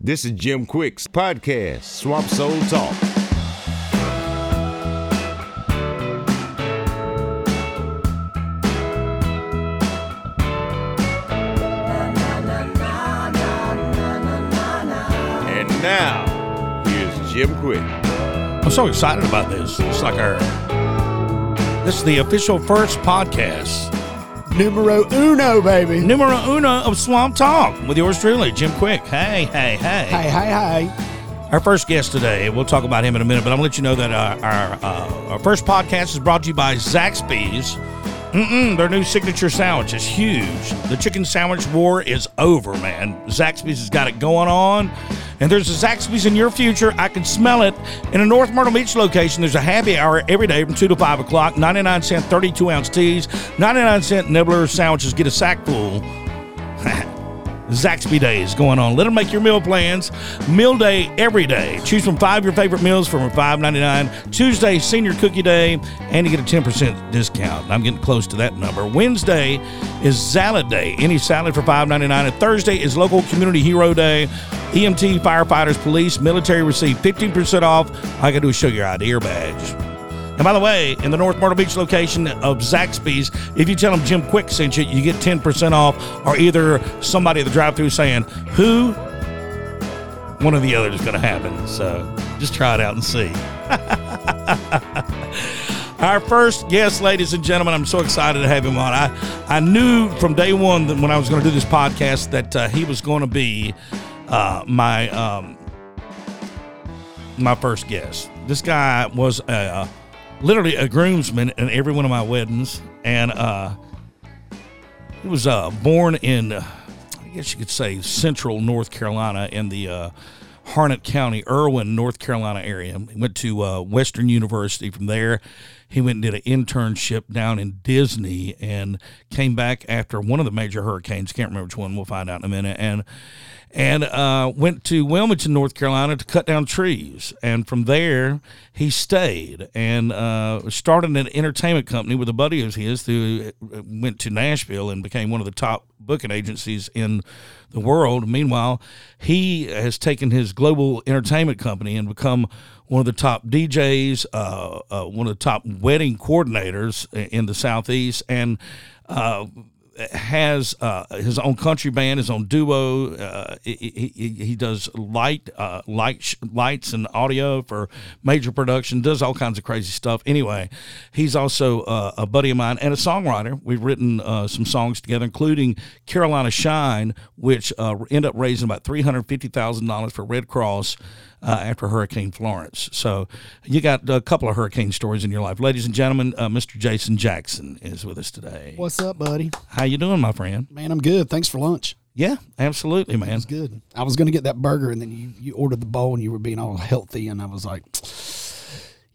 This is Jim Quick's podcast, Swamp Soul Talk. And now, here's Jim Quick. I'm so excited about this. It's like our this is the official first podcast, Numero uno, baby. numero uno of Swamp Talk with yours truly, Jim Quick. Hey, hey, hey. Hi, hi, hi. Our first guest today, we'll talk about him in a minute, but I'm gonna let you know that our our, uh, our first podcast is brought to you by Zaxby's. Mm-mm, their new signature sandwich is huge. The chicken sandwich war is over, man. Zaxby's has got it going on. And there's a Zaxby's in your future. I can smell it. In a North Myrtle Beach location, there's a happy hour every day from 2 to 5 o'clock. 99 cent 32 ounce teas, 99 cent nibbler sandwiches. Get a sack full. Zaxby Days going on. Let them make your meal plans. Meal day every day. Choose from five of your favorite meals from $5.99. Tuesday, senior cookie day, and you get a 10% discount. I'm getting close to that number. Wednesday is salad day. Any salad for $5.99. And Thursday is local community hero day. EMT, firefighters, police, military receive 15% off. All I got to do is show your ID or badge. And by the way, in the North Myrtle Beach location of Zaxby's, if you tell them Jim Quick sent you, you get 10% off, or either somebody at the drive through saying, Who? One or the other is going to happen. So just try it out and see. Our first guest, ladies and gentlemen, I'm so excited to have him on. I, I knew from day one that when I was going to do this podcast that uh, he was going to be uh, my um, my first guest. This guy was uh, literally a groomsman in every one of my weddings, and uh, he was uh, born in, uh, I guess you could say, central North Carolina in the uh, Harnett County, Irwin, North Carolina area. He went to uh, Western University from there. He went and did an internship down in Disney and came back after one of the major hurricanes. Can't remember which one. We'll find out in a minute. And and uh, went to Wilmington, North Carolina, to cut down trees. And from there, he stayed and uh, started an entertainment company with a buddy of his who uh, went to Nashville and became one of the top booking agencies in the world. Meanwhile, he has taken his global entertainment company and become one of the top DJs, uh, uh, one of the top wedding coordinators i- in the Southeast, and uh, has uh, his own country band, his own duo. Uh, he, he, he- he does light, uh, light sh- lights and audio for major production. Does all kinds of crazy stuff. Anyway, he's also uh, a buddy of mine and a songwriter. We've written uh, some songs together, including Carolina Shine, which uh, end up raising about three hundred fifty thousand dollars for Red Cross uh, after Hurricane Florence. So you got a couple of hurricane stories in your life, ladies and gentlemen. Uh, Mr. Jason Jackson is with us today. What's up, buddy? How you doing, my friend? Man, I'm good. Thanks for lunch. Yeah, absolutely, man. It's good. I was gonna get that burger, and then you you ordered the bowl, and you were being all healthy, and I was like,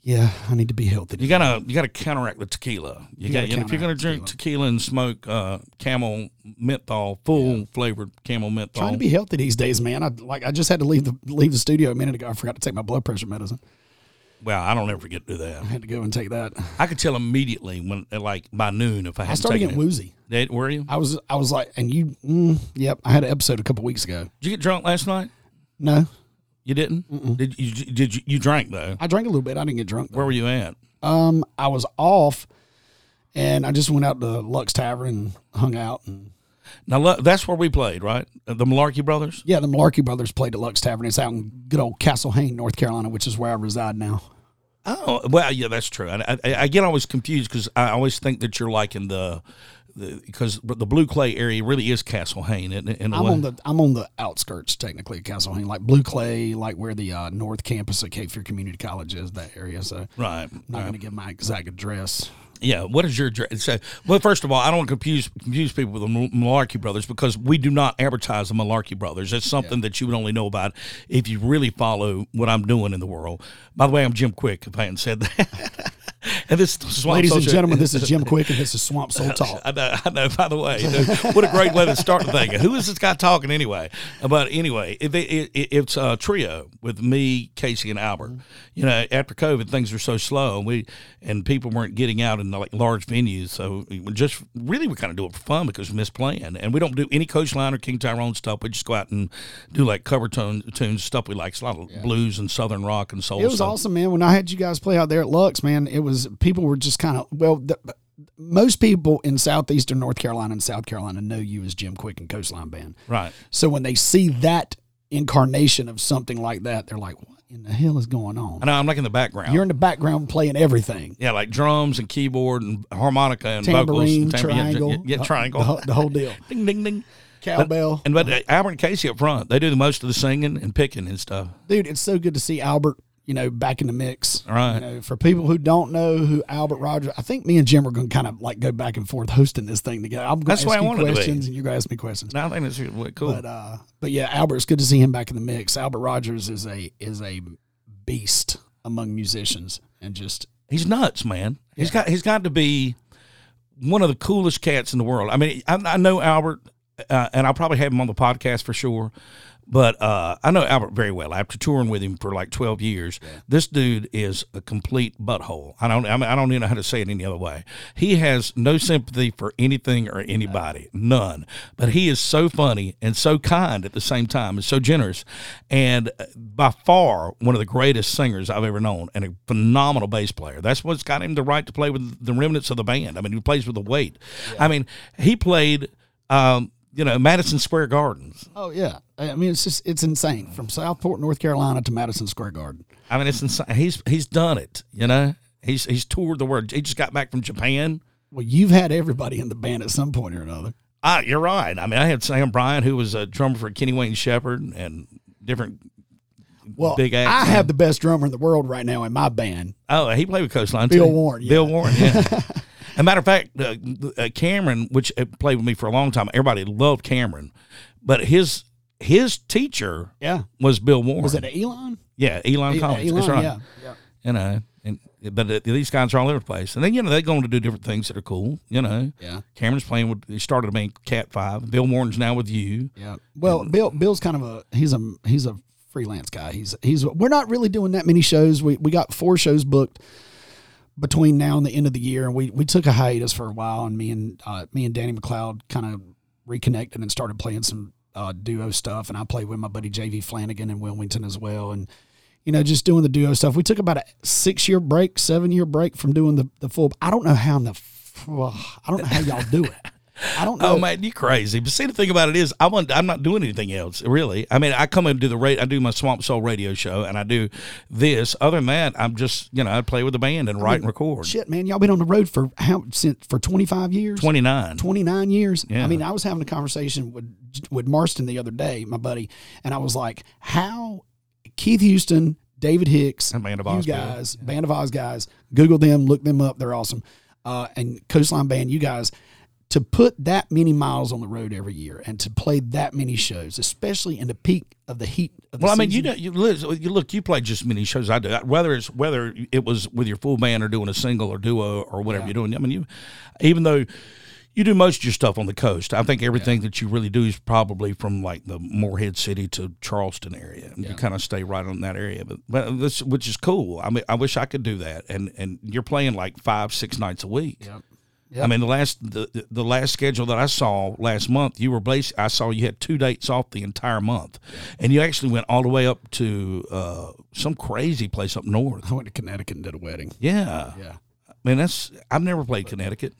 yeah, I need to be healthy. You gotta you gotta counteract the tequila. You, got gotta you know, if you're gonna counteract drink tequila and smoke uh, Camel menthol, full flavored Camel menthol. Trying to be healthy these days, man. I like I just had to leave the leave the studio a minute ago. I forgot to take my blood pressure medicine. well, I don't ever forget to do that. I had to go and take that. I could tell immediately when uh, like by noon if I hadn't I started taken getting it. woozy. Did, were you? I was I was like, and you, mm, yep. I had an episode a couple weeks ago. Did you get drunk last night? No, You didn't. Did you? Did you? You drank though. I drank a little bit. I didn't get drunk. Where were you at? Um, I was off, and I just went out to Lux Tavern and hung out. And Now look, that's where we played, right? Uh, The Malarkey Brothers. yeah, the Malarkey Brothers played at Lux Tavern. It's out in good old Castle Hayne, North Carolina, which is where I reside now. Oh well, yeah, that's true. And I, I, I get always confused because I always think that you're like in the because the, blue clay area really is Castle Hayne. In, in a I'm way. on the I'm on the outskirts technically of Castle Hayne, like Blue Clay, like where the uh, North Campus of Cape Fear Community College is, that area. So I'm right. not going to give my exact address. Yeah. What is your dra- so? Well, first of all, I don't want to confuse confuse people with the Mal- Malarkey Brothers because we do not advertise the Malarkey Brothers. It's something that you would only know about if you really follow what I'm doing in the world. By the way, I'm Jim Quick. If I hadn't said that. And this, this is why I'm Ladies Oh, so and sure- gentlemen, this is Jim Quick, and this is Swamp Soul Talk. I know, I know. By the way, you know, what a great way to start the thing. Who is this guy talking anyway? But anyway, it, it, it, it's a trio with me, Casey, and Albert. Mm-hmm. You know, after COVID, things were so slow, and we and people weren't getting out in like large venues. So we just really we kind of do it for fun because we miss playing, and we don't do any Coach Line or King Tyrone stuff. We just go out and do like cover tone tunes stuff we like. It's a lot of blues and southern rock and soul. It was stuff. awesome, man. When I had you guys play out there at Lux, man, it was people were just kind of well. The, most people in southeastern North Carolina and South Carolina know you as Jim Quick and Coastline Band. right? So when they see that incarnation of something like that, they're like, "What in the hell is going on?" I know I'm like in the background. You're in the background playing everything. Yeah, like drums and keyboard and harmonica and vocals. Tambourine, And tam- yeah, yeah, triangle, Uh, uh-huh. Yeah, the- triangle. the, whole- the whole deal. ding, ding, ding. Cowbell, And but uh, Albert and Casey up front, they do the most of the singing and picking and stuff. dude, it's so good to see Albert. You know, back in the mix. Right. You know, uh, for people who don't know who Albert Rogers, I think me and Jim are going to kind of like go back and forth hosting this thing together. I'm going That's to the way ask I you want it to be. questions, and you're going to ask me questions. And I think that's really cool. But uh, but yeah, Albert, it's good to see him back in the mix. Albert Rogers is a is a beast among musicians, and just he's nuts, man. He's got he's got to be one of the coolest cats in the world. I mean, I, I know Albert, uh, and I'll probably have him on the podcast for sure. But uh, I know Albert very well. After touring with him for like twelve years, this dude is a complete butthole. I don't. I, mean, I don't even know how to say it any other way. He has no sympathy for anything or anybody, none. But he is so funny and so kind at the same time, and so generous, and uh, by far one of the greatest singers I've ever known, and a phenomenal bass player. That's what's got him the right to play with the remnants of the band. I mean, he plays with the weight. I mean, he played, um, you know, Madison Square Gardens. oh yeah, I I mean it's just it's insane from Southport, North Carolina to Madison Square Garden. I mean, it's insane. He's he's done it. You know, he's he's toured the world. He just got back from Japan. Well, you've had everybody in the band at some point or another. Ah, you're right. I mean, I had Sam Bryan, who was a drummer for Kenny Wayne Shepherd, and different. Well, Big ass, I man. have the best drummer in the world right now in my band. Oh, he played with Coastline. Bill too. Warren, yeah. Bill Warren. Yeah. As a matter of fact, uh, uh, Cameron, which uh, played with me for a long time, everybody loved Cameron, but his his teacher Yeah. was Bill Warren. Was it Elon? yeah, Elon Collins. Elon, That's right. yeah. yeah. You know, and but uh, these guys are all over the place, and then you know they're going to do different things that are cool. You know, Yeah. Cameron's playing with he started a band Cat Five. Bill Warren's now with you. Yeah. Well, Bill Bill's kind of a he's a he's a freelance guy. He's he's we're not really doing that many shows. We we got four shows booked between now and the end of the year, and we we took a hiatus for a while, and me and uh, me and Danny McLeod kind of reconnected and started playing some uh, duo stuff, and I played with my buddy JV Flanagan in Wilmington as well, and. You know, just doing the duo stuff. We took about a six year break, seven year break from doing the, the full. I don't know how in the, f- I don't know how y'all do it. I don't know. Oh man, you crazy! But see, the thing about it is, I want, I'm not doing anything else really. I mean, I come and do the rate, I do my Swamp Soul radio show, and I do this. Other than that, I'm just, you know, I play with the band and write and record. shit, man, y'all been on the road for how since for twenty five years, Twenty nine. 29 years. Yeah. I mean, I was having a conversation with with Marston the other day, my buddy, and I was like, how Keith Houston, David Hicks, And Band of you Oz, yeah. guys, Band of Oz guys, Google them, look them up, they're awesome, uh, and Coastline Band, you guys. To put that many miles on the road every year and to play that many shows, especially in the peak of the heat. Of the Well, I mean, season. you know, you, Liz, you look, you play just as many shows as I do. Whether it's whether it was with your full band or doing a single or duo or whatever you're doing. I mean, you, even though you do most of your stuff on the coast, I think everything that you really do is probably from like the Moorhead City to Charleston area. And You kind of stay right on that area, but, but this, which is cool. I mean, I wish I could do that. And and you're playing like five, six nights a week. I mean, the last the, the- the last schedule that I saw last month, you were bas- I saw you had two dates off the entire month, and you actually went all the way up to uh, some crazy place up north. I went to Connecticut and did a wedding. Yeah, Uh-huh. Yeah. I mean, that's I've never played Connecticut.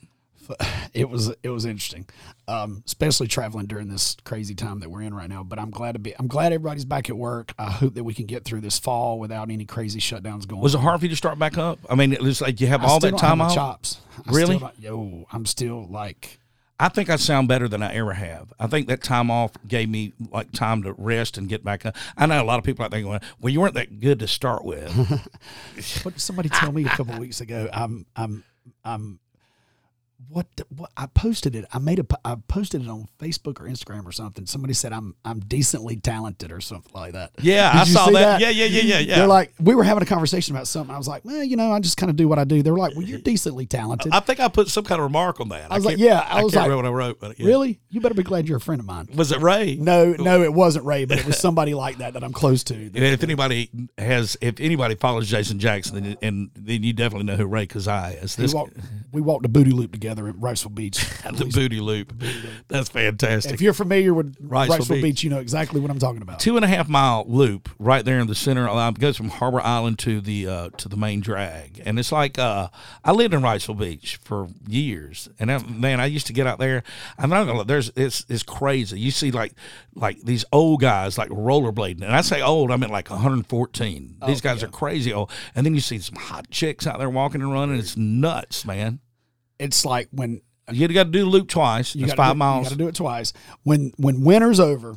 it was it was interesting, um, especially traveling during this crazy time that we're in right now. But I'm glad to be I'm glad everybody's back at work. I hope that we can get through this fall without any crazy shutdowns going. Was it on. hard for you to start back up? I mean, it was like you have I all still that don't have time my off. Chops. I Really? Still don't- yo, I'm still like I think I sound better than I ever have. I think that time off gave me like time to rest and get back up. I know a lot of people out there going, "Well, you weren't that good to start with." what did somebody tell me a couple weeks ago? I'm I'm I'm Um, what, the, what I posted it. I made a po- I posted it on Facebook or Instagram or something. Somebody said I'm I'm decently talented or something like that. Yeah, Did I you saw see that. Yeah, yeah, yeah, yeah, yeah. They're like we were having a conversation about something. I was like, well, you know, I just kind of do what I do. They were like, well, you're decently talented. I think I put some kind of remark on that. I was like, can't- yeah, I was can't remember like, what I wrote, but yeah. Really? You better be glad you're a friend of mine. Was it Ray? No, no, it wasn't Ray, but it was somebody like that that I'm close to. And if anybody has, if anybody follows Jason Jackson, then, and then you definitely know who Ray Kazai is. we This walked we walked a booty loop together at Riceville Beach. the booty loop. That's fantastic. if you're familiar with Riceville Riceville, Beach. Beach. you know exactly what I'm talking about. two and a half mile loop right there in the center. Um, goes from Harbor Island to the uh, to the main drag, and it's like uh, I lived in Riceville Beach for years, and I, man, I used to get out there. I'm not gonna. lie, There's it's it's crazy. You see like like these old guys like rollerblading, and I say old, I mean like 114. Oh, these guys are crazy old, and then you see some hot chicks out there walking and running. It's nuts, man. It's like when You got to do the loop twice. you It's gotta five do, You miles. got to do it twice. When when winter's over,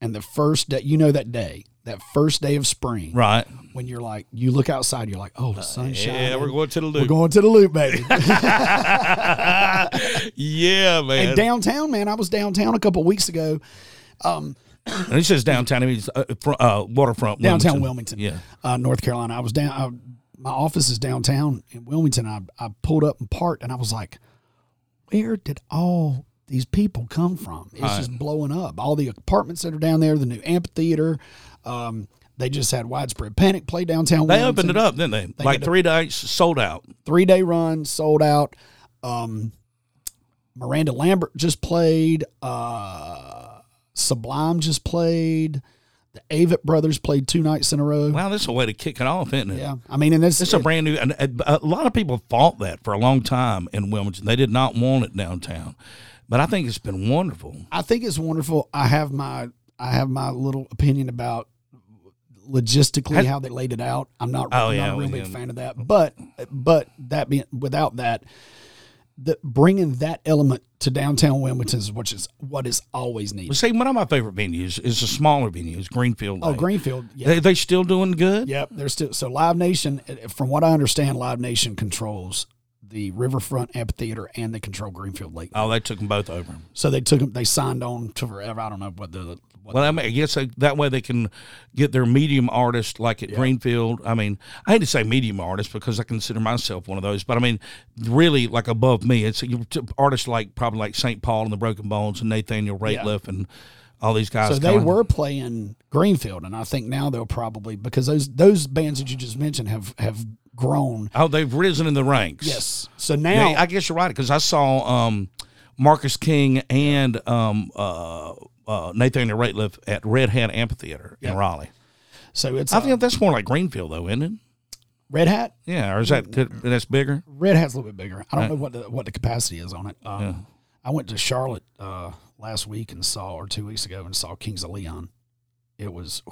and the first day, you know that day, that first day of spring, Right. Uh, when you're like, you look outside, you're like, oh, the sunshine. Yeah, we're going to the We're loop. going to the loop, baby. yeah, man. and downtown, man, I was downtown a couple weeks ago, And This is downtown. I mean, it's, uh, fr- uh, waterfront. downtown Wilmington, Yeah. uh, North Carolina. I was down. I, my office is downtown in Wilmington. I, I pulled up and parked, and I was like, "Where did all these people come from? It's just blowing up. All the apartments that are down there, the new amphitheater. Um, they just had widespread panic. Play downtown. They Wilmington. opened it up, didn't they? like three nights, sold out. Three day run, sold out. Um, Miranda Lambert just played. Uh, Sublime just played. The Avett Brothers played two nights in a row. Wow, that's a way to kick it off, isn't it? Yeah, I mean, and this It's a brand new. And a, a lot of people fought that for a long time in Wilmington. They did not want it downtown, but I think it's been wonderful. I think it's wonderful. I have my I have my little opinion about logistically how they laid it out. I'm not, Oh, I'm yeah, not a real big yeah. fan of that. But but that being without that, the bringing that element to downtown Wilmington is which is what is always But needed. see, one of my favorite venues is the smaller venues, Greenfield. Oh, Lake. Greenfield, yeah, They, they still doing good. yep. There's still so Live Nation. eh, From what I understand, Live Nation controls the Riverfront Amphitheater and they control Greenfield Lake. Oh, they took them both over. So they took them. They signed on to forever. I don't know what the what Well, I, mean, I guess they, that way they can get their medium artist, like at Greenfield. I mean, I hate to say medium artist because I consider myself one of those, but I mean, really like above me. It's you artists like probably like St. Paul and the Broken Bones and Nathaniel Rateliff and all these guys. So they kinda- were playing Greenfield, and I think now they'll probably because those those bands that you just mentioned have have grown. Oh, they've risen in the ranks. Yes. So Yeah, now I guess you're right because I saw um, Marcus King and um, uh, uh, Nathaniel Rateliff at Red Hat Amphitheater in Raleigh. so it's I uh, think that's more like Greenfield, though, isn't it? Red Hat. Yeah, or is that that's bigger? Red Hat's a little bit bigger. I don't know what the, what the capacity is on it. Um, I went to Charlotte uh, last week and saw, or two weeks ago, and saw Kings of Leon. It was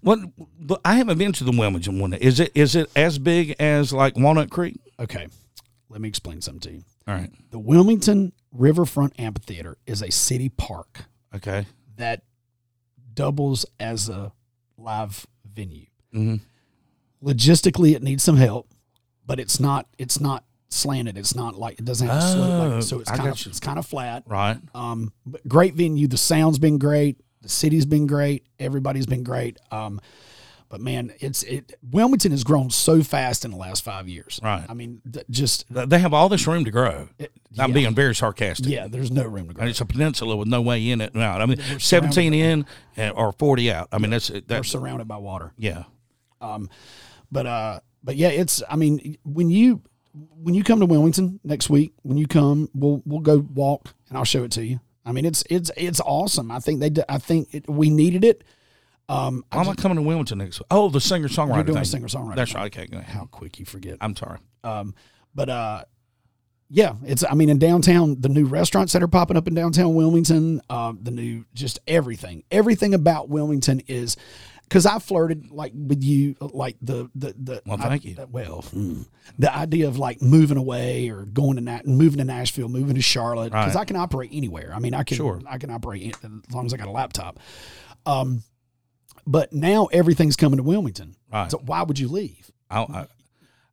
What but I haven't been to the Wilmington one. Is it is it as big as like Walnut Creek? okay. Let me explain something to you. All right. The Wilmington Riverfront Amphitheater is a city park Okay. that doubles as a live venue. Mhm. Logistically, it needs some help, but it's not it's not slanted. It's not like it doesn't have a slope, Oh, like, so it's I kind got of you. it's kind of flat. Right. Um, but great venue. The sound's been great. The city's been great. Everybody's been great. Um, but man, it's it. Wilmington has grown so fast in the last five years. Right. I mean, th- just Th- They have all this room to grow. I'm yeah. being very sarcastic. yeah. There's no room to grow. And it's a peninsula with no way in it and out. I mean, 17 in and, or 40 out. I mean, that's We're that's surrounded by water. yeah. Um, but uh but yeah it's i mean when you when you come to wilmington next week when you come we'll we'll go walk and i'll show it to you i mean it's it's it's awesome i think they d- i think it, we needed it Why am I coming to Wilmington next? week? Oh, the singer songwriter. we're doing thing. a singer-songwriter That's thing. right. Okay. Go ahead. how quick you forget I'm sorry. um but uh yeah, it's. I mean, in downtown, the new restaurants that are popping up in downtown Wilmington, um, the new just everything, everything about Wilmington is, because I flirted like with you, like the the the. Well, I- thank you. well, hmm, the idea of like moving away or going to Na- moving to Nashville, moving to Charlotte, because Right. I can operate anywhere. I mean, I can Sure. I can operate in, as long as I got a laptop. Um, but now everything's coming to Wilmington. Right. So why would you leave? I, I,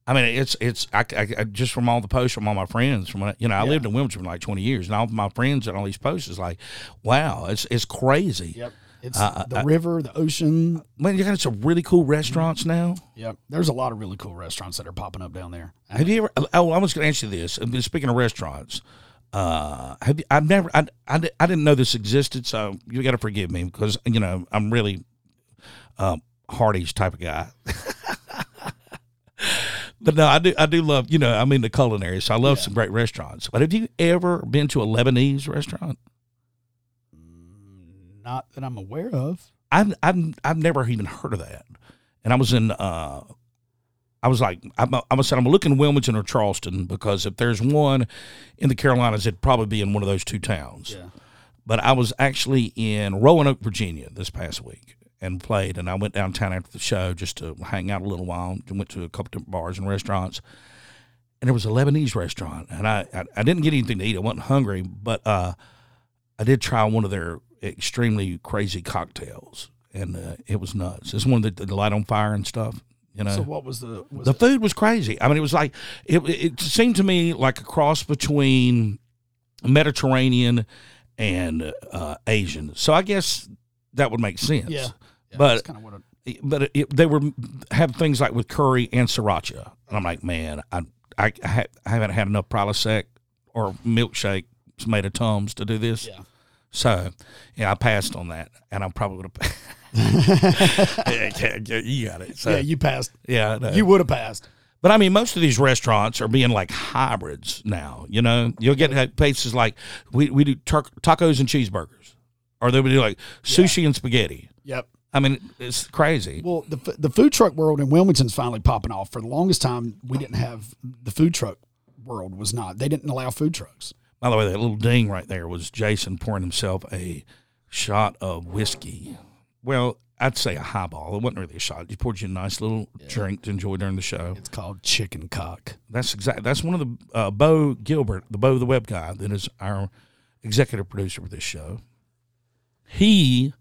I mean, it's it's I, I, I- just from all the posts from all my friends from when I- you know I lived in Wilmington for like twenty years, and all my friends and all these posts is like, wow, it's it's crazy. Yep. It's the river, the ocean. Man, you got some really cool restaurants now. Yep. There's a lot of really cool restaurants that are popping up down there. Have you ever? Oh, I was going to ask you this. Uh, Speaking of restaurants, uh, have you, I've never. I, I, di- I didn't know this existed, so you got to forgive me because you know I'm really um, Hardy's type of guy. but no, I do. I do love. You know, I'm into culinary, so I love some great restaurants. But have you ever been to a Lebanese restaurant? Not that I'm aware of. I've I've I've never even heard of that. And I was in uh I was like I'm I said I'm looking Wilmington or Charleston because if there's one in the Carolinas it'd probably be in one of those two towns. Yeah. But I was actually in Roanoke, Virginia this past week and played and I went downtown after the show just to hang out a little while and went to a couple different bars and restaurants. And there was a Lebanese restaurant and I I, I didn't get anything to eat. I wasn't hungry, but uh I did try one of their extremely crazy cocktails, and uh, it was nuts. It's one that the light on fire and stuff. You know, So what was the was the it- food was crazy. I mean, it was like it, it seemed to me like a cross between Mediterranean and uh, Asian. So I guess that would make sense. yeah. Yeah, but- that's kind of what it- But it, they were have things like with curry and sriracha, and I'm like, man, I I, ha- I haven't had enough Prilosec or milkshake made of tums to do this. yeah. So, yeah, I passed on that, and I'm probably gonna. yeah, yeah, yeah, you got it. So, yeah, yeah, you passed. I know. You would have passed. but I mean, most of these restaurants are being like hybrids now. You know, you'll get at places like we we do tur- tacos and cheeseburgers, or they would do like sushi and spaghetti. Yep. I mean, it's crazy. Well, the f- the food truck world in Wilmington's finally popping off. For the longest time, we didn't have the food truck world was not. They didn't allow food trucks. By the way, that little ding right there was Jason pouring himself a shot of whiskey. Well, I'd say a highball. It wasn't really a shot. He poured you a nice little drink to enjoy during the show. It's called chicken cock. That's exactly. That's one of the uh, Bo Gilbert, the Bo the Web guy, that is our executive producer for this show. He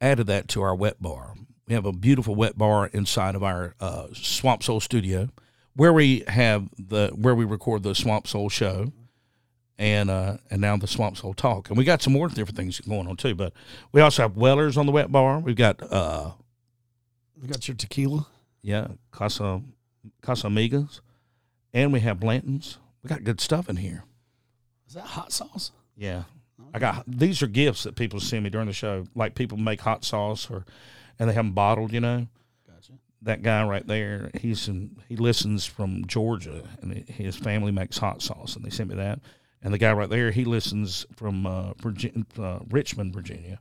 added that to our wet bar. We have a beautiful wet bar inside of our uh, Swamp Soul studio, where we have the where we record the Swamp Soul show, and uh, and now the Swamp Soul talk. And we got some more different things going on too. But we also have Wellers on the wet bar. We've got uh, You got your tequila. yeah, Casa Casa Amigas, and we have Blanton's. We got good stuff in here. Is that hot sauce? Yeah, I got these are gifts that people send me during the show. Like people make hot sauce or, and they have them bottled. You know, Gotcha. that guy right there, he's in, he listens from Georgia, and his family makes hot sauce, and they sent me that. And the guy right there, he listens from uh, Virginia, uh, Richmond, Virginia,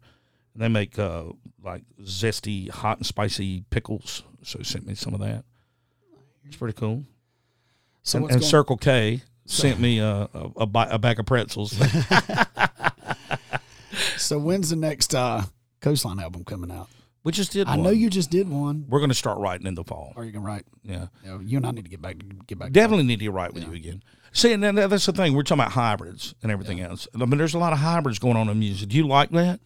and they make uh, like zesty, hot and spicy pickles. So he sent me some of that. It's pretty cool So and, what's and going- Circle K sent me a a, a, ba- a bag of pretzels. So when's the next uh, Coastline album coming out? we just did. I one. know you just did one. We're going to start writing in the fall. Are you gonna write? Yeah, You, know, you and I need to get back. Get back. definitely need to write with you again. See, and then that's the thing. We're talking about hybrids and everything else. I mean, there's a lot of hybrids going on in music. Do you like that?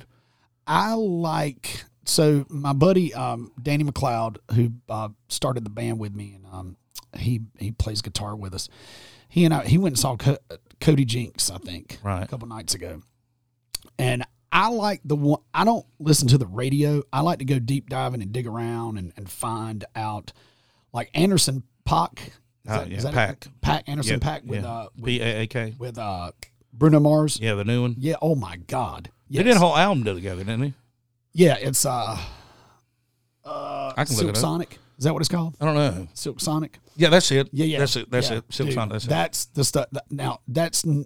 I like. So my buddy um, Danny McLeod, who uh, started the band with me, and um, he he plays guitar with us. He and I he went and saw Co- Cody Jinks, I think, a Right. couple nights ago, and. I like the one. I don't listen to the radio. I like to go deep diving and dig around and, and find out, like Anderson Pac. Is Uh, yeah, Paak. Pac Anderson Yeah, Pac with yeah. uh, with, B A A K. with uh, Bruno Mars. Yeah, the new one. Yeah. Oh my God. They Yes. did a whole album together, didn't they? yeah. It's uh, uh, I can look Silk it up. Sonic. Is that what it's called? I don't know. Silk Sonic. Yeah, that's it. Yeah. Yeah. That's it. That's Yeah. it. Silk Dude, Sonic. That's, it. that's the stuff. that- Now that's n-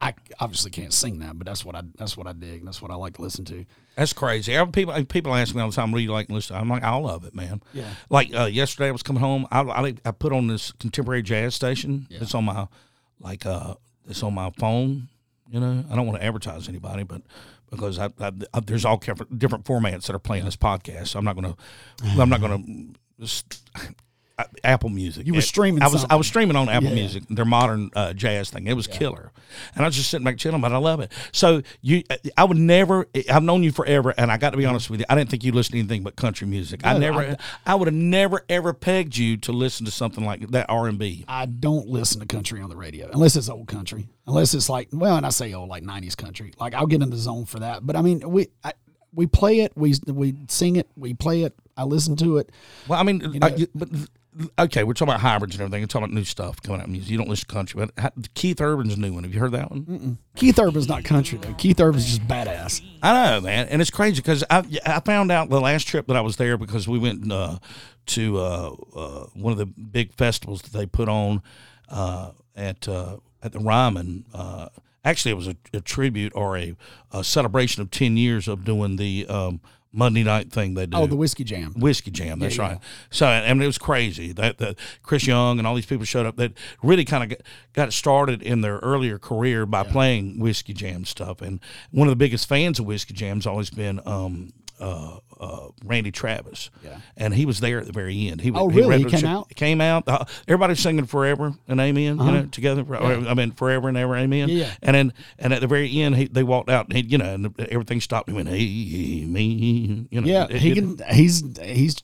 I obviously can't sing that, but that's what I that's what I dig. That's what I like to listen to. That's crazy. Every- People people ask me all the time, "What do you like?" to listen to?" I'm like, "All of it, man." Yeah. Like uh, yesterday, I was coming home. I, I I put on this contemporary jazz station. It's on my like uh, it's on my phone. You know, I don't want to advertise anybody, but because I, I, I- there's all different different formats that are playing this podcast, so I'm not gonna I'm not gonna. uh, Apple Music. You were It- streaming I was I something. was streaming on Apple Yeah. Music, their modern uh, jazz thing. It was killer, and I was just sitting back chilling, but I love it. So you, I would never. I've known you forever, and I got to Mm-hmm. be honest with you, I didn't think you listened to anything but country music. I never, I, would have never ever pegged you to listen to something like that R and B. I don't listen to country on the radio unless it's old country. Unless it's like, well, and I say old like '90s country. Like I'll get in the zone for that. But I mean, we I, we play it, we we sing it, we play it. I listen to it. Well, I mean, uh, you- but. Okay, we're talking about hybrids and everything. We're talking about new stuff coming out. in Music. You don't listen to country, but ha- Keith Urban's new one. Have you heard that one? Keith Urban's not country though. Keith Urban's just badass. I know, man, and it's crazy because I I found out the last trip that I was there because we went uh, to uh, uh, one of the big festivals that they put on uh, at uh, at the Ryman. Uh, actually, it was a, a tribute or a, a celebration of ten years of doing the um, Monday night thing they do. Oh, the whiskey jam. Whiskey Jam. That's right. So I mean, it was crazy that, that Chris Young and all these people showed up that really kind of got, got it started in their earlier career by playing Whiskey Jam stuff. And one of the biggest fans of Whiskey Jam's always been. Um, uh, uh, Randy Travis, yeah, and he was there at the very end. He was- Oh, really? He represented- came out? Came out. Uh-huh. Uh, everybody's singing "Forever" and "Amen" you know, together. or, I mean, "Forever" and "Ever," "Amen." Yeah, yeah. And then, and at the very end, he, they walked out. And he, you know, and everything stopped. And he went, "Amen." You know, Yeah, it- he it- can. He's he's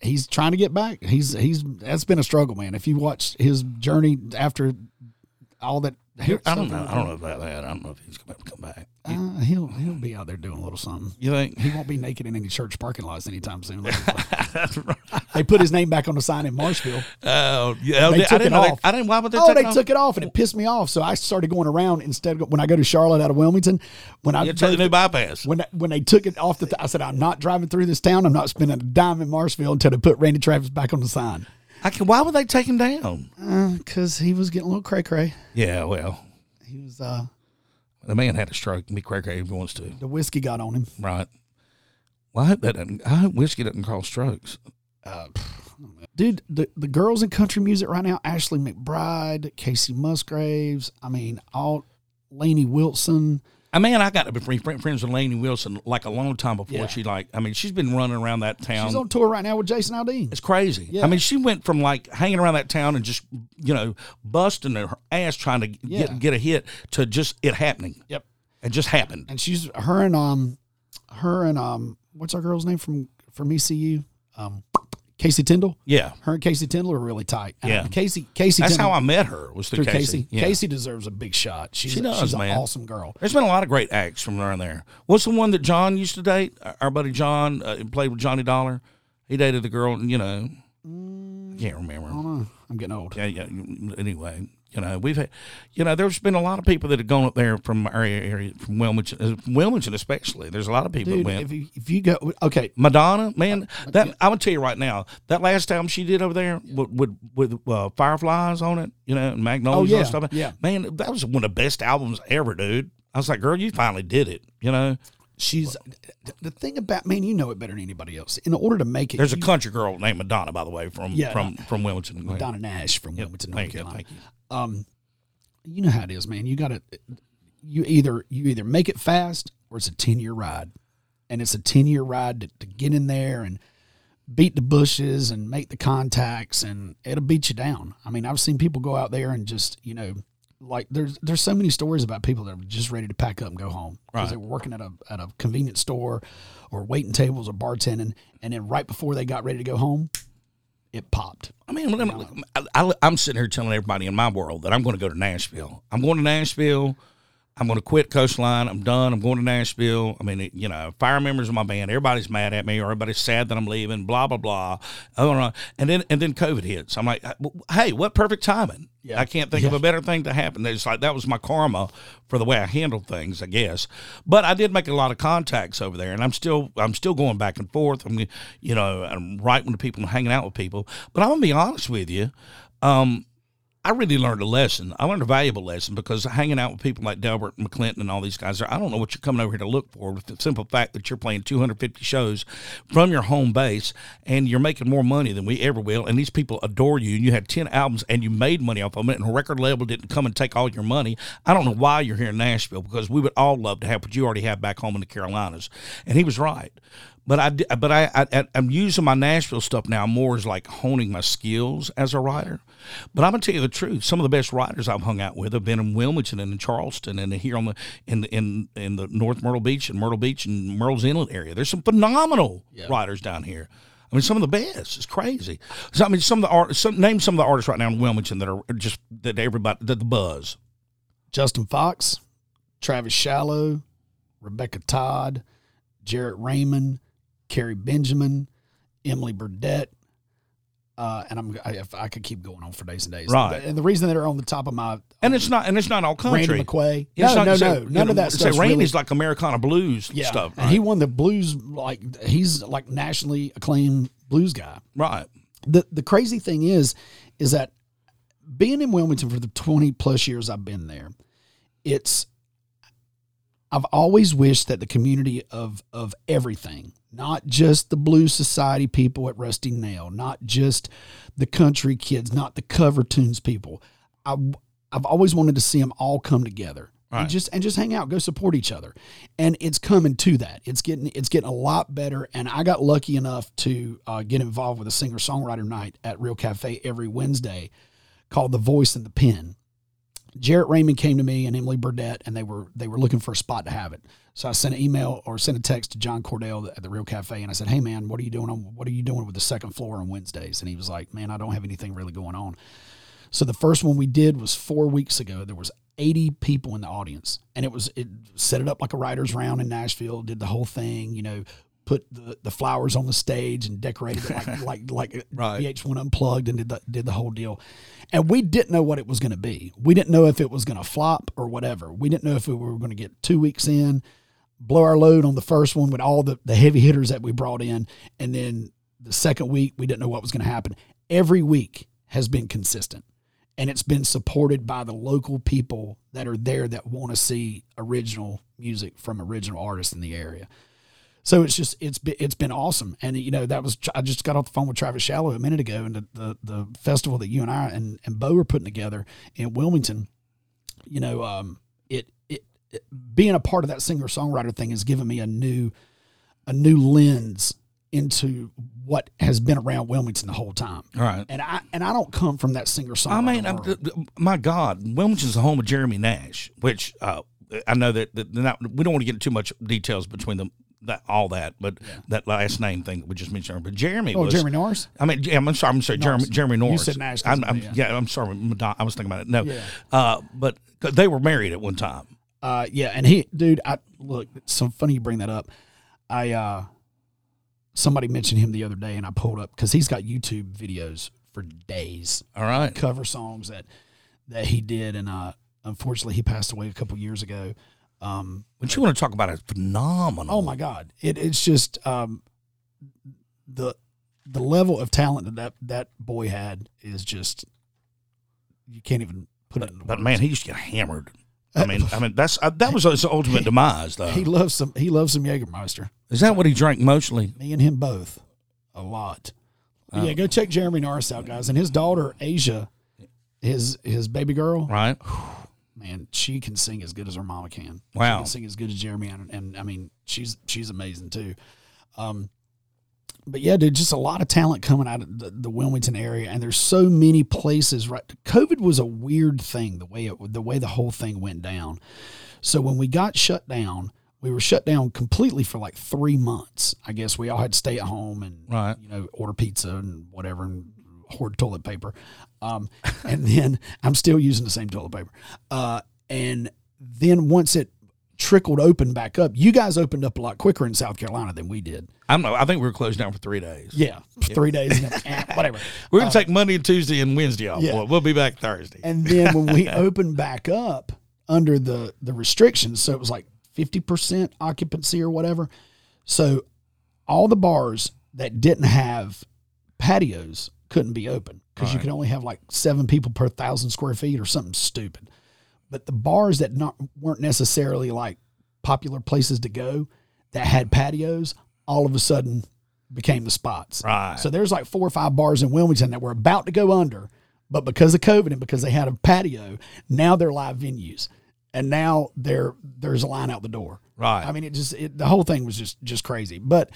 he's trying to get back. He's he's that's been a struggle, man. If you watch his journey after all that, I don't know. I don't know about that. I don't know if he's going to come back. Uh, he'll he'll be out there doing a little something. You think? He won't be naked in any church parking lots anytime soon. they put his name back on the sign in Marshville. Oh, yeah. They I took didn't it know. off. They, I didn't. Why would they oh, take they it off? took it off, and it pissed me off. So I started going around instead of when I go to Charlotte out of Wilmington. When I You took the new bypass. when when they took it off the, th- I said I'm not driving through this town. I'm not spending a dime in Marshville until they put Randy Travis back on the sign. I can, why would they take him down? Because Uh, he was getting a little cray cray. Yeah, well, He was uh, the man had a stroke. Be cray cray if he wants to. the whiskey got on him. Right. Well, I hope that doesn't, I hope whiskey doesn't cause strokes. Dude, the, the girls in country music right now, Ashley McBride, Casey Musgraves, I mean, all Lainey Wilson. I mean, I got to be fri- fri- friends with Laney Wilson like a long time before Yeah. she like. I mean, she's been running around that town. She's on tour right now with Jason Aldean. It's crazy. Yeah. I mean, she went from like hanging around that town and just, you know, busting her ass trying to Yeah. get, get a hit to just it happening. Yep. It just happened. And she's her and um her and um what's our girl's name from from ECU? Um Casey Tyndall. Yeah. Her and Casey Tyndall are really tight. And Yeah. Casey Casey That's Tyndall how I met her was through, through Casey. Yeah. Casey deserves a big shot. She's She a- does, she's man. an awesome girl. There's been a lot of great acts from around there. What's the one that John used to date? Our- Our buddy John uh, played with Johnny Dollar. He dated the girl, and you know, I can't remember. Uh, I'm getting old. Yeah, yeah. you- Anyway, you know, we've had, you know, there's been a lot of people that have gone up there from our area, from Wilmington, uh, Wilmington especially. There's a lot of people Dude, that went. if you if you go okay, Madonna, man, Uh, that I'm gonna tell you right now. That last album she did over there with with, with uh, fireflies on it, you know, and magnolias Oh, and yeah, stuff. yeah. man, that was one of the best albums ever, dude. I was like, girl, you finally did it. You know, She's th- the thing about man. You know it better than anybody else. In order to make it, there's a you- country girl named Madonna, by the way, from Yeah, from from Wilmington. Go ahead. Donna Nash from Wilmington, North Thank you, Carolina. Um, thank you. You know how it is, man. You got to you either you either make it fast or it's a ten year ride, and it's a ten year ride to, to get in there and beat the bushes and make the contacts, and it'll beat you down. I mean, I've seen people go out there and just you know. Like there's there's so many stories about people that are just ready to pack up and go home because Right. they were working at a at a convenience store, or waiting tables or bartending, and then right before they got ready to go home, it popped. I mean, well, I'm- I, am sitting here telling everybody in my world that I'm going to go to Nashville. I'm going to Nashville. I'm going to quit Coastline. I'm done. I'm going to Nashville. I mean, it- you know, fire members of my band, everybody's mad at me or everybody's sad that I'm leaving, blah, blah, blah. Oh, no. And then, and then COVID hits. I'm like, hey, what perfect timing. Yeah. I can't think of a better thing to happen. It's like that was my karma for the way I handled things, I guess. But I did make a lot of contacts over there, and I'm still I'm still going back and forth. I'm you know I'm writing to people and hanging out with people. But I'm gonna be honest with you, um, I really learned a lesson. I learned a valuable lesson because hanging out with people like Delbert and McClinton and all these guys, I don't know what you're coming over here to look for. With the simple fact that you're playing 250 shows from your home base and you're making more money than we ever will, and these people adore you, and you had 10 albums and you made money off of it, and a record label didn't come and take all your money. I don't know why you're here in Nashville because we would all love to have what you already have back home in the Carolinas. And he was right. But I, d- but I, I- I, I'm using my Nashville stuff now more as like honing my skills as a writer. But I'm gonna tell you the truth. Some of the best writers I've hung out with have been in Wilmington and in Charleston and here on the in the, in in the North Myrtle Beach and Myrtle Beach and Myrtle's Inlet area. There's some phenomenal writers down here. I mean, some of the best. It's crazy. So, I mean, some of the art. Some, name some of the artists right now in Wilmington that are just that everybody that the buzz. Justin Fox, Travis Shallow, Rebecca Todd, Jarrett Raymond, Carrie Benjamin, Emily Burdett. Uh, and I'm I, if I could keep going on for days and days. Right. And the reason that are on the top of my And it's not. And it's not all country. Randy McQuay. It's No, not no, say- no. you None know, of that say stuff's Rain really- is like Americana blues stuff. And Right. he won the blues like he's like nationally acclaimed blues guy. right. the the crazy thing is is that being in Wilmington for the 20 plus years I've been there it's I've always wished that the community of of everything not just the blue society people at Rusty Nail not just the country kids not the cover tunes people I I've always wanted to see them all come together Right. and just and just hang out, go support each other. And it's coming to that. It's getting it's getting a lot better. And I got lucky enough to uh, get involved with a singer songwriter night at Real Cafe every Wednesday, called The Voice and the Pen. Jarrett Raymond came to me and Emily Burdett, and they were they were looking for a spot to have it. So I sent an email or sent a text to John Cordell at the Real Cafe, and I said, "Hey man, what are you doing on what are you doing with the second floor on Wednesdays?" And he was like, "Man, I don't have anything really going on." So the first one we did was four weeks ago. There was 80 people in the audience, and it was it set it up like a writers' round in Nashville. Did the whole thing, you know, put the, the flowers on the stage and decorated it like like like Right. VH1 unplugged and did the, did the whole deal. And we didn't know what it was going to be. We didn't know if it was going to flop or whatever. We didn't know if we were going to get two weeks in, blow our load on the first one with all the, the heavy hitters that we brought in. And then the second week, we didn't know what was going to happen. Every week has been consistent and it's been supported by the local people that are there that want to see original music from original artists in the area. So it's just it's been it's been awesome, and you know that was I just got off the phone with Travis Shallow a minute ago, and the the, the festival that you and I and and Bo were putting together in Wilmington, you know, um, it it, it being a part of that singer songwriter thing has given me a new a new lens into what has been around Wilmington the whole time, All right. and I and I don't come from that singer songwriter. I mean, I'm, world. my God, Wilmington's the home of Jeremy Nash, which uh, I know that, that they're not, we don't want to get into too much details between them, that all that, but that last name thing that we just mentioned. But Jeremy oh was Jeremy Norris. I mean, yeah, I'm sorry. I'm sorry, Jeremy, Jeremy Norris. said Nash, I'm, doesn't I'm, it? yeah. I'm sorry. Madonna- I was thinking about it. No, Yeah. uh, but 'cause they were married at one time. Uh, yeah, and he, dude, I look. It's so funny you bring that up. I uh, somebody mentioned him the other day, and I pulled up because he's got YouTube videos for days, All right. cover songs that that he did, and uh, unfortunately, he passed away a couple years ago. Um, But you want to talk about a phenomenal? oh my God, it, it's just um, the the level of talent that, that that boy had is just you can't even put it. In But words. man, he used to get hammered. I mean, I mean that's uh, that was his ultimate demise, though. he loves some he loves some Jägermeister. Is that what he drank mostly? me and him both a lot. Um, yeah, go check Jeremy Norris out, guys, and his daughter Asia, his his baby girl. Right. Man, she can sing as good as her mama can. she Wow. can sing as good as Jeremy, and, and I mean, she's she's amazing too. Um, but yeah, dude, just a lot of talent coming out of the, the Wilmington area, and there's so many places. Right, COVID was a weird thing the way it, the way the whole thing went down. So when we got shut down, we were shut down completely for like three months. I guess we all had to stay at home and Right. you know order pizza and whatever and hoard toilet paper. Um, and then I'm still using the same toilet paper. Uh, and then once it trickled open back up, you guys opened up a lot quicker in South Carolina than we did. I'm. not- I think we were closed down for three days. Yeah, three days, and then, eh, whatever. We're gonna take Monday and Tuesday and Wednesday off. yeah. Boy, we'll be back Thursday. And then when we opened back up under the the restrictions, so it was like fifty percent occupancy or whatever. So all the bars that didn't have patios couldn't be open because you could only have like seven people per thousand square feet or something stupid. But the bars that not weren't necessarily like popular places to go that had patios, all of a sudden became the spots. Right. So there's like four or five bars in Wilmington that were about to go under, but because of COVID and because they had a patio, now they're live venues, and now they there's a line out the door. Right. I mean, it just it, the whole thing was just just crazy. But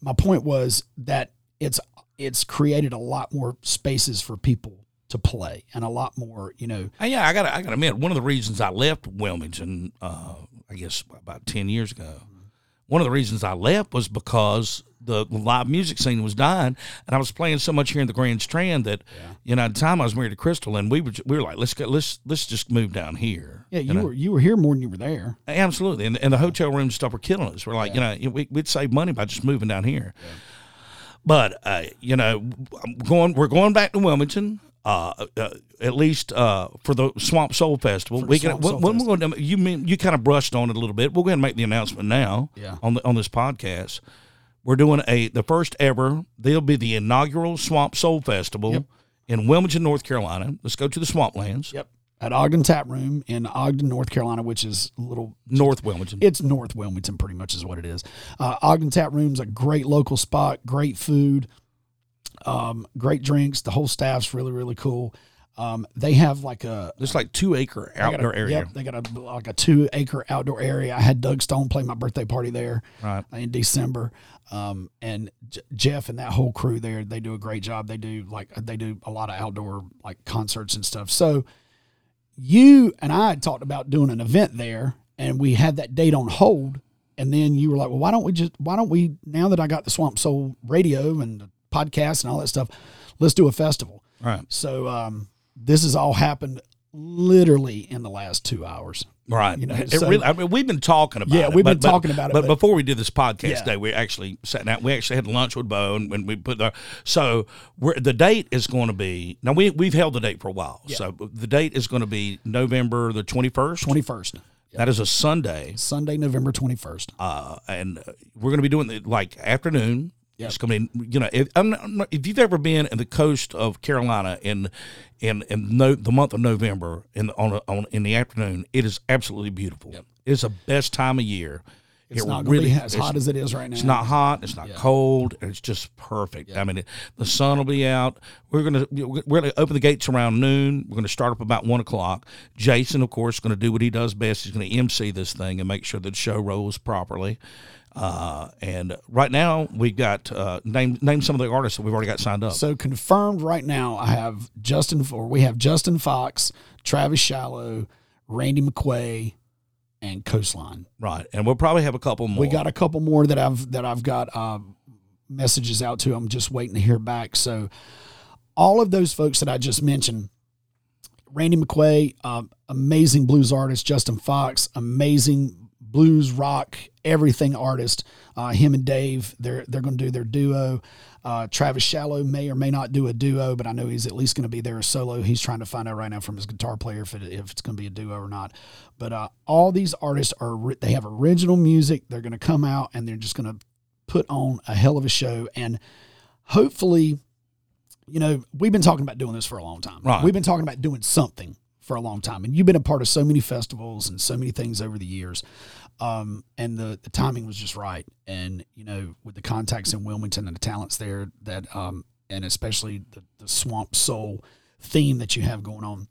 my point was that it's it's created a lot more spaces for people to play and a lot more, you know, And Oh, yeah, I got I got to admit, one of the reasons I left Wilmington, uh, I guess about ten years ago, one of the reasons I left was because the live music scene was dying, and I was playing so much here in the Grand Strand that, you know, at the time I was married to Crystal, and we were ju- we were like, let's go, let's let's just move down here. yeah, you know? were you were here more than you were there. Absolutely. And, and the hotel rooms and stuff were killing us. We're like, you know, we, we'd save money by just moving down here. But, uh, you know, I'm going, we're going back to Wilmington. Uh, uh, at least uh, for the Swamp Soul Festival, we can. Swamp When, Soul when we're going to, you mean you kind of brushed on it a little bit. We're going to make the announcement now Yeah. on the on this podcast. We're doing a the first ever. There'll be the inaugural Swamp Soul Festival in Wilmington, North Carolina. Let's go to the swamplands, Yep. At Ogden Tap Room in Ogden, North Carolina, which is a little North Wilmington. it's North Wilmington, pretty much is what it is. Uh, Ogden Tap Room's a great local spot, great food, um, great drinks. The whole staff's really, really cool. Um, they have like a It's like two acre they got a- outdoor area. Yep, they got a like a two acre outdoor area. I had Doug Stone play my birthday party there Right. in December. Um, and J- Jeff and that whole crew there, they do a great job. They do like uh, they do a lot of outdoor like concerts and stuff. So you and I had talked about doing an event there, and we had that date on hold. And then you were like, "Well, why don't we just why don't we now that I got the Swamp Soul radio and the podcast and all that stuff, let's do a festival." Right. So um, this has all happened literally in the last two hours. Right. You know, it so- really, I mean, we've been talking about Yeah, it. we've been but- but- talking about it, But, but- before we did this podcast Yeah. today, we actually sat down. We actually had lunch with Bo and, and we put the. So we're, the date is going to be. Now, we, we've held the date for a while. So the date is going to be November the 21st. Twenty first, That is a Sunday. Sunday, November twenty first. Uh, and uh, we're going to be doing it like afternoon. Yep. It's going to be, you know, if, I'm not- I'm not- if you've ever been in the coast of Carolina in in in no, the month of November in the, on, a, on in the afternoon, it is absolutely beautiful. It's the best time of year. It's It not going to be it's- as hot as it is right now. it's not hot. It's not cold. And it's just perfect. I mean, it, the sun will be out. We're gonna we're gonna open the gates around noon. We're gonna start up about one o'clock. Jason, of course, is gonna do what he does best. He's gonna MC this thing and make sure that the show rolls properly. Uh, and right now we've got uh, name name some of the artists that we've already got signed up. So confirmed right now, I have Justin or we have Justin Fox, Travis Shallow, Randy McQuay, and Coastline. right, and we'll probably have a couple more. We got a couple more that I've that I've got um, messages out to. I'm just waiting to hear back. So all of those folks that I just mentioned, Randy McQuay, um, amazing blues artist, Justin Fox, amazing blues rock everything artist. Uh, him and Dave, they're they're going to do their duo. Uh, Travis Shallow may or may not do a duo, but I know he's at least going to be there a solo. He's trying to find out right now from his guitar player if, it, if it's going to be a duo or not. But uh, all these artists are ri- they have original music. They're going to come out and they're just going to put on a hell of a show. And hopefully, you know, we've been talking about doing this for a long time. Right. We've been talking about doing something for a long time, and you've been a part of so many festivals and so many things over the years. Um, and the, the timing was just right. And, you know, with the contacts in Wilmington and the talents there that, um, and especially the, the swamp soul theme that you have going on,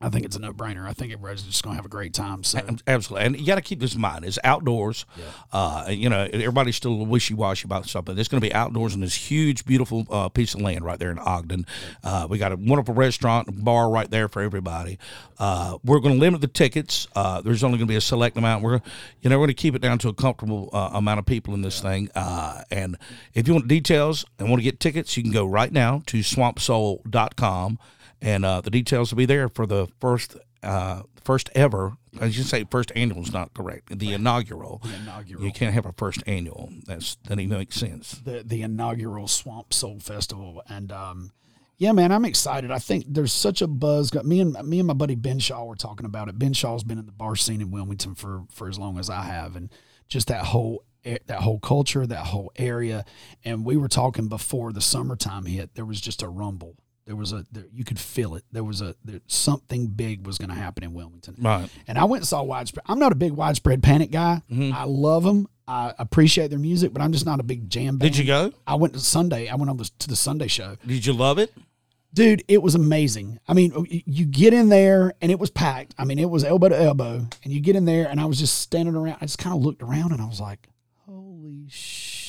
I think it's a no brainer. I think everybody's just going to have a great time. So, Ab- Absolutely, and you got to keep this in mind. It's outdoors. Uh, you know, everybody's still wishy washy about something. It's going to be outdoors in this huge, beautiful uh, piece of land right there in Ogden. Uh, we got a wonderful restaurant and bar right there for everybody. Uh, we're going to limit the tickets. Uh, there's only going to be a select amount. We're, you know, we're going to keep it down to a comfortable uh, amount of people in this thing. Uh, and if you want details and want to get tickets, you can go right now to swampsoul.com and uh, the details will be there for the first uh, first ever. I should say first annual is not correct. The inaugural. inaugural. You can't have a first annual. That's that even makes sense. the the inaugural Swamp Soul Festival, and um, yeah, man, I'm excited. I think there's such a buzz. Got me and me and my buddy Ben Shaw were talking about it. Ben Shaw's been in the bar scene in Wilmington for for as long as I have, and just that whole a- that whole culture, that whole area. And we were talking before the summertime hit. There was just a rumble. There was a there, you could feel it. There was a there, something big was going to happen in Wilmington. Right. And I went and saw Widespread. I'm not a big Widespread Panic guy. Mm-hmm. I love them. I appreciate their music, but I'm just not a big jam. Band. Did you go? I went to Sunday. I went on the, to the Sunday show, Did you love it? dude. It was amazing. I mean, y- you get in there and it was packed. I mean, it was elbow to elbow, and you get in there, and I was just standing around. I just kind of looked around, and I was like, "Holy sh!"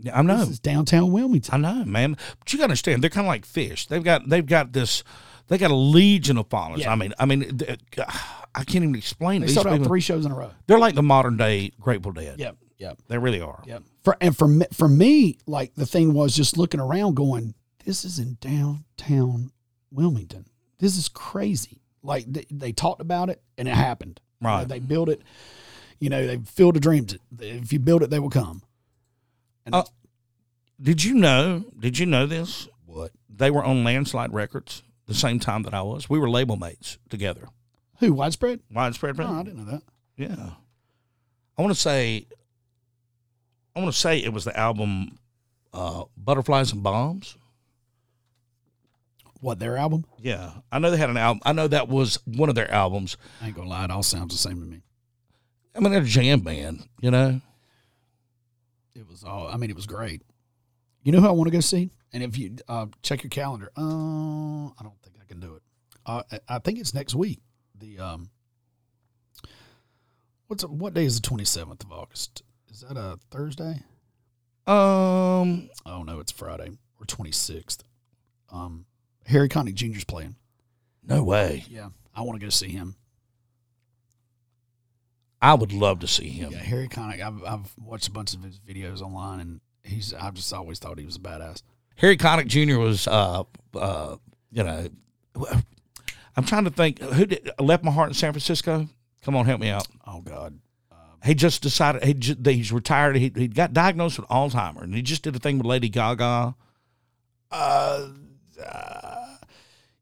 Yeah, I know. This is downtown Wilmington. I know, man. But you got to understand, they're kind of like fish. They've got they've got this. They got a legion of followers. Yeah. I mean, I mean, th- uh, I can't even explain. They These sold out people- three shows in a row. They're like the modern day Grateful Dead. Yep. Yep. they really are. Yep. For and for me, for me, like the thing was just looking around, going, "This is in downtown Wilmington. This is crazy." Like they, they talked about it, and it happened. You know, Right. they built it. You know, they filled the dreams. If you build it, they will come. And Uh, Did you know? Did you know this? what? They were on Landslide Records the same time that I was. We were label mates together. Who widespread? Widespread. No, Records. Oh, I didn't know that. Yeah. I want to say, I want to say it was the album uh, Butterflies and Bombs. What their album? Yeah. I know they had an album. I know that was one of their albums. I ain't gonna lie, it all sounds the same to me. I mean, they're a jam band, you know? It was all. I mean, it was great. You know who I want to go see? And if you uh, check your calendar, uh, I don't think I can do it. Uh, I- I think it's next week. The um, what's what day is the twenty seventh of August? Is that a Thursday? Um, Oh no, it's Friday or twenty sixth. Um, Harry Connick Jr.'s playing. no way. Yeah, I want to go see him. I would love to see him. Yeah, Harry Connick. I've, I've watched a bunch of his videos online, and he's. I've just always thought he was a badass. Harry Connick Jr. was, uh, uh, you know, I'm trying to think who did, left my heart in San Francisco. Come on, help me out. Oh God, He just decided he ju- that he's retired. He, he got diagnosed with Alzheimer, and he just did a thing with Lady Gaga. uh,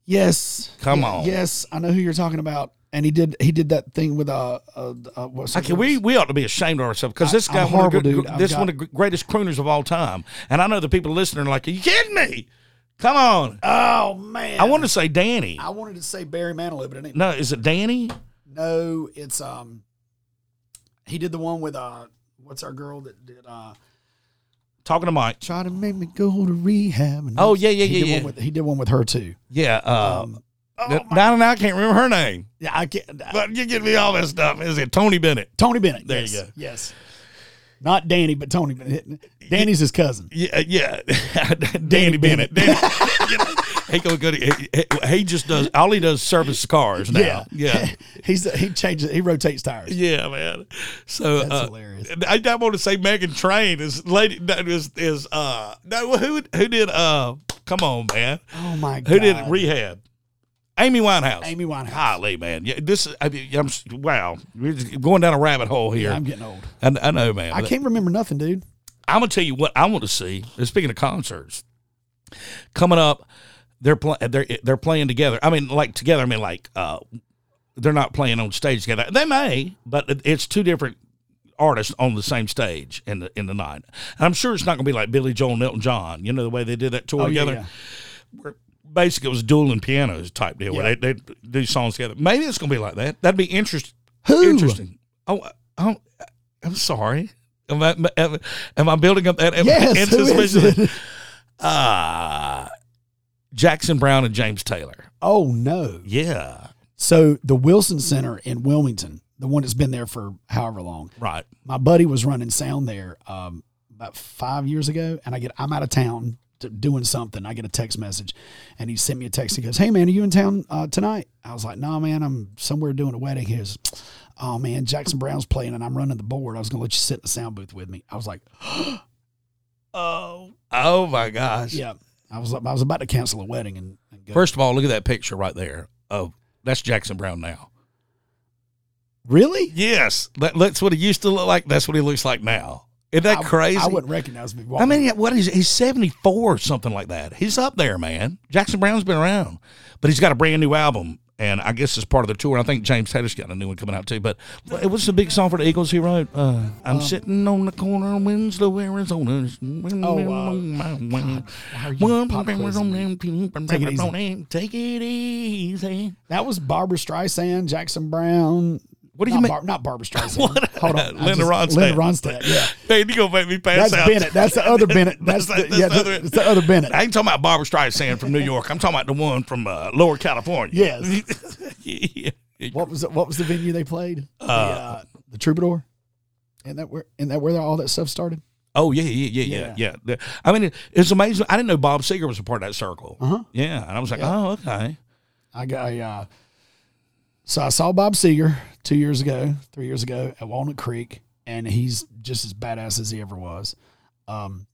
yes. Come Yeah, on. Yes, I know who you're talking about. And he did he did that thing with uh, uh, uh what's Okay, we, we ought to be ashamed of ourselves because this I- guy, I'm a one of the horrible gr- dude. gr- I've this got- one of the gr- greatest crooners of all time, and I know the people listening are like, "Are you kidding me? Come on!" Oh man. I want to say Danny. I wanted to say Barry Manilow, but it ain't No, is it Danny? no, it's um he did the one with uh what's our girl that did uh Talking to Mike. try to make me go to rehab and Oh, yeah, yeah, yeah, he did yeah. One with, he did one with her too. Yeah. Uh, Um, n- now, now I can't remember her name, yeah, I can't uh, but you get me all that stuff. Is it Tony Bennett? Tony Bennett. There you yes, go. Yes. Not Danny, but Tony Bennett. Danny's his cousin. Yeah, uh, yeah. Danny Bennett. Danny, you know, he gonna go to, he, he- he just does all he does is service cars now. Yeah. He's he changes he rotates tires. Yeah, man. So That's uh, hilarious. I, I want to say Megan Train is lady no, is is uh no who who did uh come on man Oh my god. who did rehab Amy Winehouse Amy Winehouse. Golly, man yeah this is I mean, I'm s- wow we're just going down a rabbit hole here I'm getting old. I, I know man I can't remember nothing, dude. I'm gonna tell you what I want to see. and Speaking of concerts, coming up, they're playing. They're they're playing together. I mean, like together. I mean, like uh, they're not playing on stage together. They may, but it- it's two different artists on the same stage in the in the night. And I'm sure it's not gonna be like Billy Joel and Elton John. You know the way they did that tour Oh, yeah, together. yeah. Where basically it was dueling pianos type deal where Yeah. they, they do songs together. Maybe it's gonna be like that. That'd be interesting. Who? Interesting. Oh, I- I don't- I'm sorry. Am I, am, am I building up that am- Yes, who is anticipation? it? Uh, Jackson Brown and James Taylor. Oh no. Yeah. So the Wilson Center in Wilmington, the one that's been there for however long. Right. My buddy was running sound there um, about five years ago, and I get I'm out of town to doing something. I get a text message, and he sent me a text. He goes, "Hey man, are you in town uh, tonight?" I was like, "No nah, man, I'm somewhere doing a wedding." He goes, "Oh man, Jackson Brown's playing, and I'm running the board. I was gonna let you sit in the sound booth with me." I was like, Oh. Oh my gosh. "Yeah." I was I was about to cancel a wedding and, and go. First of all, look at that picture right there. Oh, that's Jackson Brown now. really? Yes, that, that's what he used to look like. That's what he looks like now. Isn't that I- crazy? I wouldn't recognize me. I mean, what is he's seventy four or something like that? He's up there, man. Jackson Brown's been around, but he's got a brand new album, and I guess it's part of the tour. I think James Taylor's got a new one coming out too. But it was a big song for the Eagles. He wrote, uh, Oh. "I'm sitting on the corner of Winslow, Arizona." how are you pop quizzing Take it Take it easy. that was Barbara Streisand, Jackson Brown. What do you not make- Bar- not Barbara Streisand. Hold on, I Linda Ronstadt. Linda Ronstadt. Yeah, Man, you gonna make me pass that's out? Bennett. That's the other Bennett. That's, That's- the, yeah, that's that's, the other- that's the other Bennett. I ain't talking about Barbara Streisand from New York. I'm talking about the one from uh, Lower California. Yes. yeah. What was what was the uh, venue they played? the, uh, the Troubadour. And that where and that where all that stuff started. Oh yeah, yeah, yeah, yeah, yeah. I mean, it, it's amazing. I didn't know Bob Seger was a part of that circle. Uh-huh. Yeah, and I was like, oh okay. I got I, uh, so I saw Bob Seger two years ago, three years ago at Walnut Creek, and he's just as badass as he ever was. Um,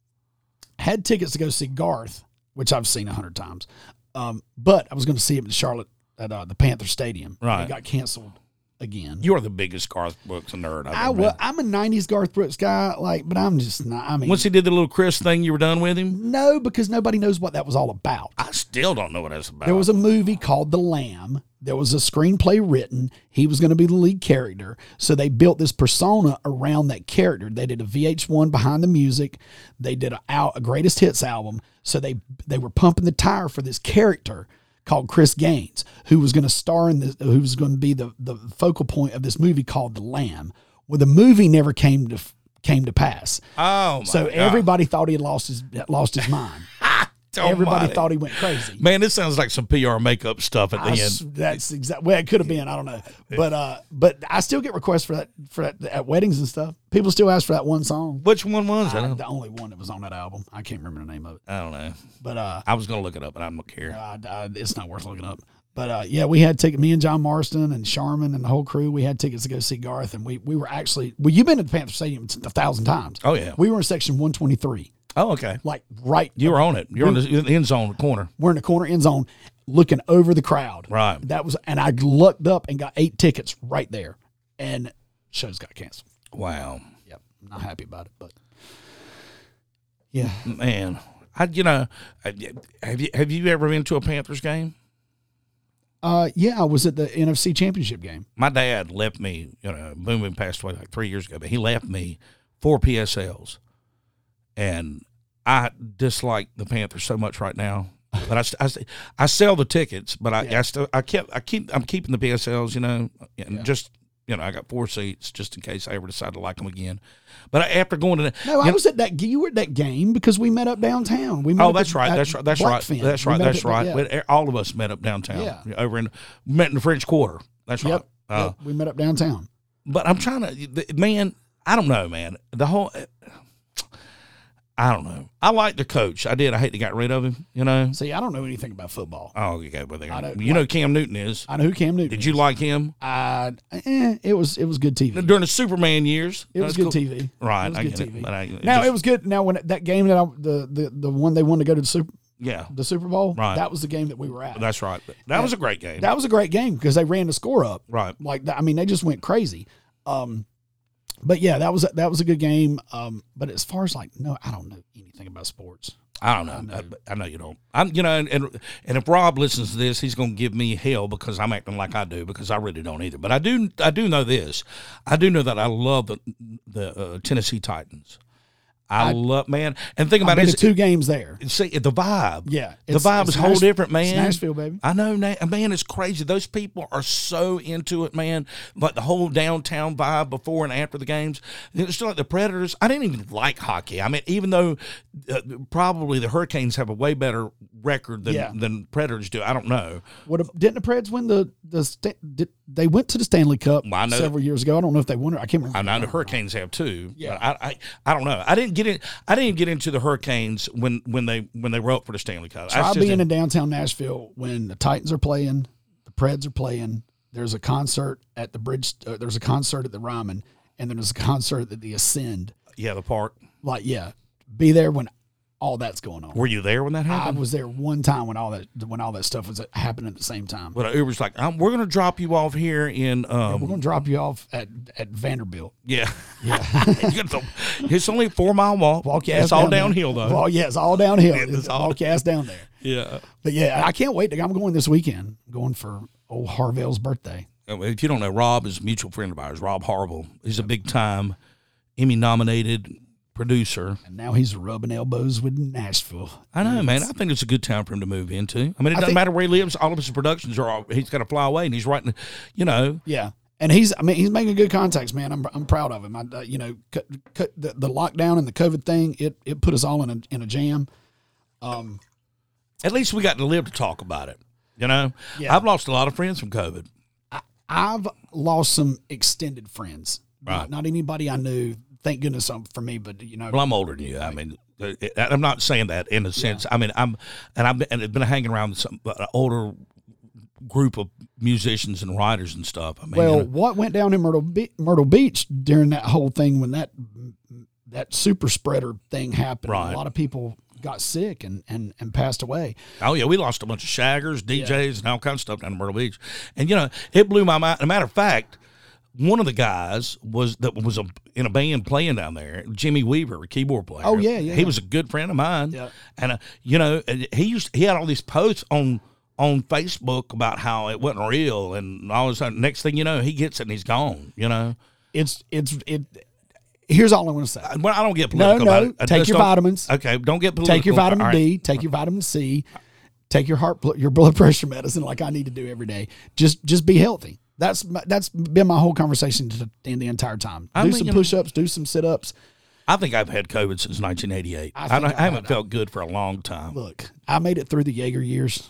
had tickets to go see Garth, which I've seen a hundred times, um, but I was going to see him in Charlotte at uh, the Panther Stadium. Right. it got canceled again. You're the biggest Garth Brooks nerd. I've I ever well, met. I'm a '90s Garth Brooks guy, like, but I'm just not. I mean, Once he did the little Chris thing, you were done with him. no, because nobody knows what that was all about. I still don't know what that's about. There was a movie called The Lamb. There was a screenplay written. He was going to be the lead character. So they built this persona around that character. They did a VH1 behind the music. They did a, al- a greatest hits album. So they they were pumping the tire for this character called Chris Gaines, who was going to star in this, who was going to be the, the focal point of this movie called The Lamb. Well, the movie never came to f- came to pass. oh my So God. everybody thought he had lost his lost his mind. Everybody Almighty. thought he went crazy. Oh, Man, this sounds like some PR makeup stuff at the I end. s- that's exactly well, it could have been. I don't know, but uh, but I still get requests for that for that at weddings and stuff. People still ask for that one song. Which one was it? I Uh, don't, the only one that was on that album, I can't remember the name of it, I don't know. but uh, I was gonna look it up, but I don't care. I, I, it's not worth looking up. But uh, yeah, we had tickets. Me and John Marston and Sharman and the whole crew. We had tickets to go see Garth, and we we were actually well. You've been at the Panther Stadium a thousand times. Oh, yeah. we were in section one twenty three, Oh, okay. like right You were on it. You're on the end zone corner. we're in the corner end zone looking over the crowd. Right. That was, and I looked up and got eight tickets right there, and shows got canceled. Wow, Yep, not happy about it, but yeah, man. I, you know, I- have you have you ever been to a Panthers game? uh, yeah, I was at the NFC Championship game. My dad left me. You know, Booming passed away like three years ago, but he left me four PSLs, and I dislike the Panthers so much right now. But I, st- I, st- I sell the tickets, but I, I still I kept I keep I'm keeping the PSLs, you know, and just you know I got four seats just in case I ever decide to like them again. But I, after going to the, No, I you know- was at that. You were at that game because we met up downtown. We met Oh, up that's at- right. at That's right. That's right. Blackfin. That's We right. met That's up at- right. yeah. We- All of us met up downtown. Yeah. Over in met in the French Quarter. That's right. Yep. Uh, yep, we met up downtown. But I'm trying to, the- man. I don't know, man. The whole, I don't know. I like the coach. I did. I hate they got rid of him. You know. See, I don't know anything about football. Oh, okay. Well, there. You don't know, Cam Newton is. I know who Cam Newton. Did you like him Uh, eh, it was it was good TV. during the Superman years? It was That's good cool. TV. Right, It was I good get it, TV. but I- it now just- it was good. Now when that game that I, the the the one they wanted to go to the Super Yeah, the Super Bowl, Right. that was the game that we were at. that's right. That was a great game. that was a great game because they ran the score up. right. Like that- I mean, they just went crazy. Um, but yeah, that was a, that was a good game. Um, but as far as like, no, I don't know anything about sports. I don't know. I I know, you don't. I'm, you know, and, and and if Rob listens to this, he's going to give me hell because I'm acting like I do because I really don't either. But I do. I do know this. I do know that I love the the uh, Tennessee Titans. I, love man. And think I've about been it. to two games there. it's- See the vibe. Yeah, the it's- vibe it's is whole Nash- different, man. it's Nashville, baby. I know, na- man. It's crazy. Those people are so into it, man. Like the whole downtown vibe before and after the games. It's still like the Predators. I didn't even like hockey. I mean, even though uh, probably the Hurricanes have a way better record than Yeah. than Predators do. I don't know. What a, didn't the Preds win the the Stan- did, they went to the Stanley Cup Well, I know- several years ago? I don't know if they won it. I can't remember. I know the Hurricanes have too. Yeah, I, I I don't know. I didn't get in. I didn't get into the Hurricanes when when they when they were up for the Stanley Cup. I Try just being didn't- in downtown Nashville when the Titans are playing, the Preds are playing. There's a concert at the bridge. Uh, there's a concert at the Ryman, and then there's a concert at the Ascend. yeah, the park. Like, yeah, be there when all that's going on. Were you there when that happened? I was there one time when all that when all that stuff was happening at the same time. But Uber's like, um, we're gonna drop you off here in, We're um, gonna drop you off at at Vanderbilt. yeah, yeah. it's only a four mile walk. Walk your it's ass all down downhill there. though. Well, yeah, it's all downhill. it's all- Walk your ass down there. Yeah. But yeah, I can't wait. to- I'm going this weekend. I'm going for old Harvell's birthday. Uh, If you don't know, Rob is a mutual friend of ours. Rob Horrible. He's a big time Emmy nominated producer. And now he's rubbing elbows with Nashville. I know, man. I think it's a good time for him to move into. I mean, it doesn't think- matter where he lives. All of his productions are. All, he's got to fly away, and he's writing. You know, Yeah. And he's, I mean, he's making good contacts, man. I'm, I'm proud of him. I, uh, you know, cut, cut the, the lockdown and the COVID thing, it, it put us all in a, in a jam. at least we got to live to talk about it. You know, Yeah. I've lost a lot of friends from COVID. I've lost some extended friends Right. Not, not anybody I knew. Thank goodness um, for me, but you know, Well, I'm older than you. I mean, uh, I'm not saying that in a sense. I mean, I'm and I've been, and I've been hanging around some uh, older group of musicians and writers and stuff. I mean, well, you know, what went down in Myrtle Be- Myrtle Beach during that whole thing when that that super spreader thing happened? Right. A lot of people got sick and and and passed away. oh yeah, we lost a bunch of shaggers, DJs, and all kinds of stuff down in Myrtle Beach, and you know, it blew my mind. As a matter of fact. One of the guys was that was a, in a band playing down there, Jimmy Weaver, a keyboard player. Oh, yeah, yeah, He yeah. was a good friend of mine. Yeah. And uh, you know, and he used he had all these posts on on Facebook about how it wasn't real and all of a sudden next thing you know, he gets it and he's gone, you know. It's it's it. Here's all I want to say. Well, I don't get political no, about it. I take just your don't- vitamins. Okay, don't get political. Take your vitamin All right. D. Take your vitamin C. Take your heart bl- your blood pressure medicine like I need to do every day. Just just be healthy. That's my, that's been my whole conversation to, in the entire time. I do mean, some you know- push ups. Do some sit ups. I think I've had COVID since 1988. I, I think don't- I I've haven't had- felt good for a long time. Look, I made it through the Jaeger years.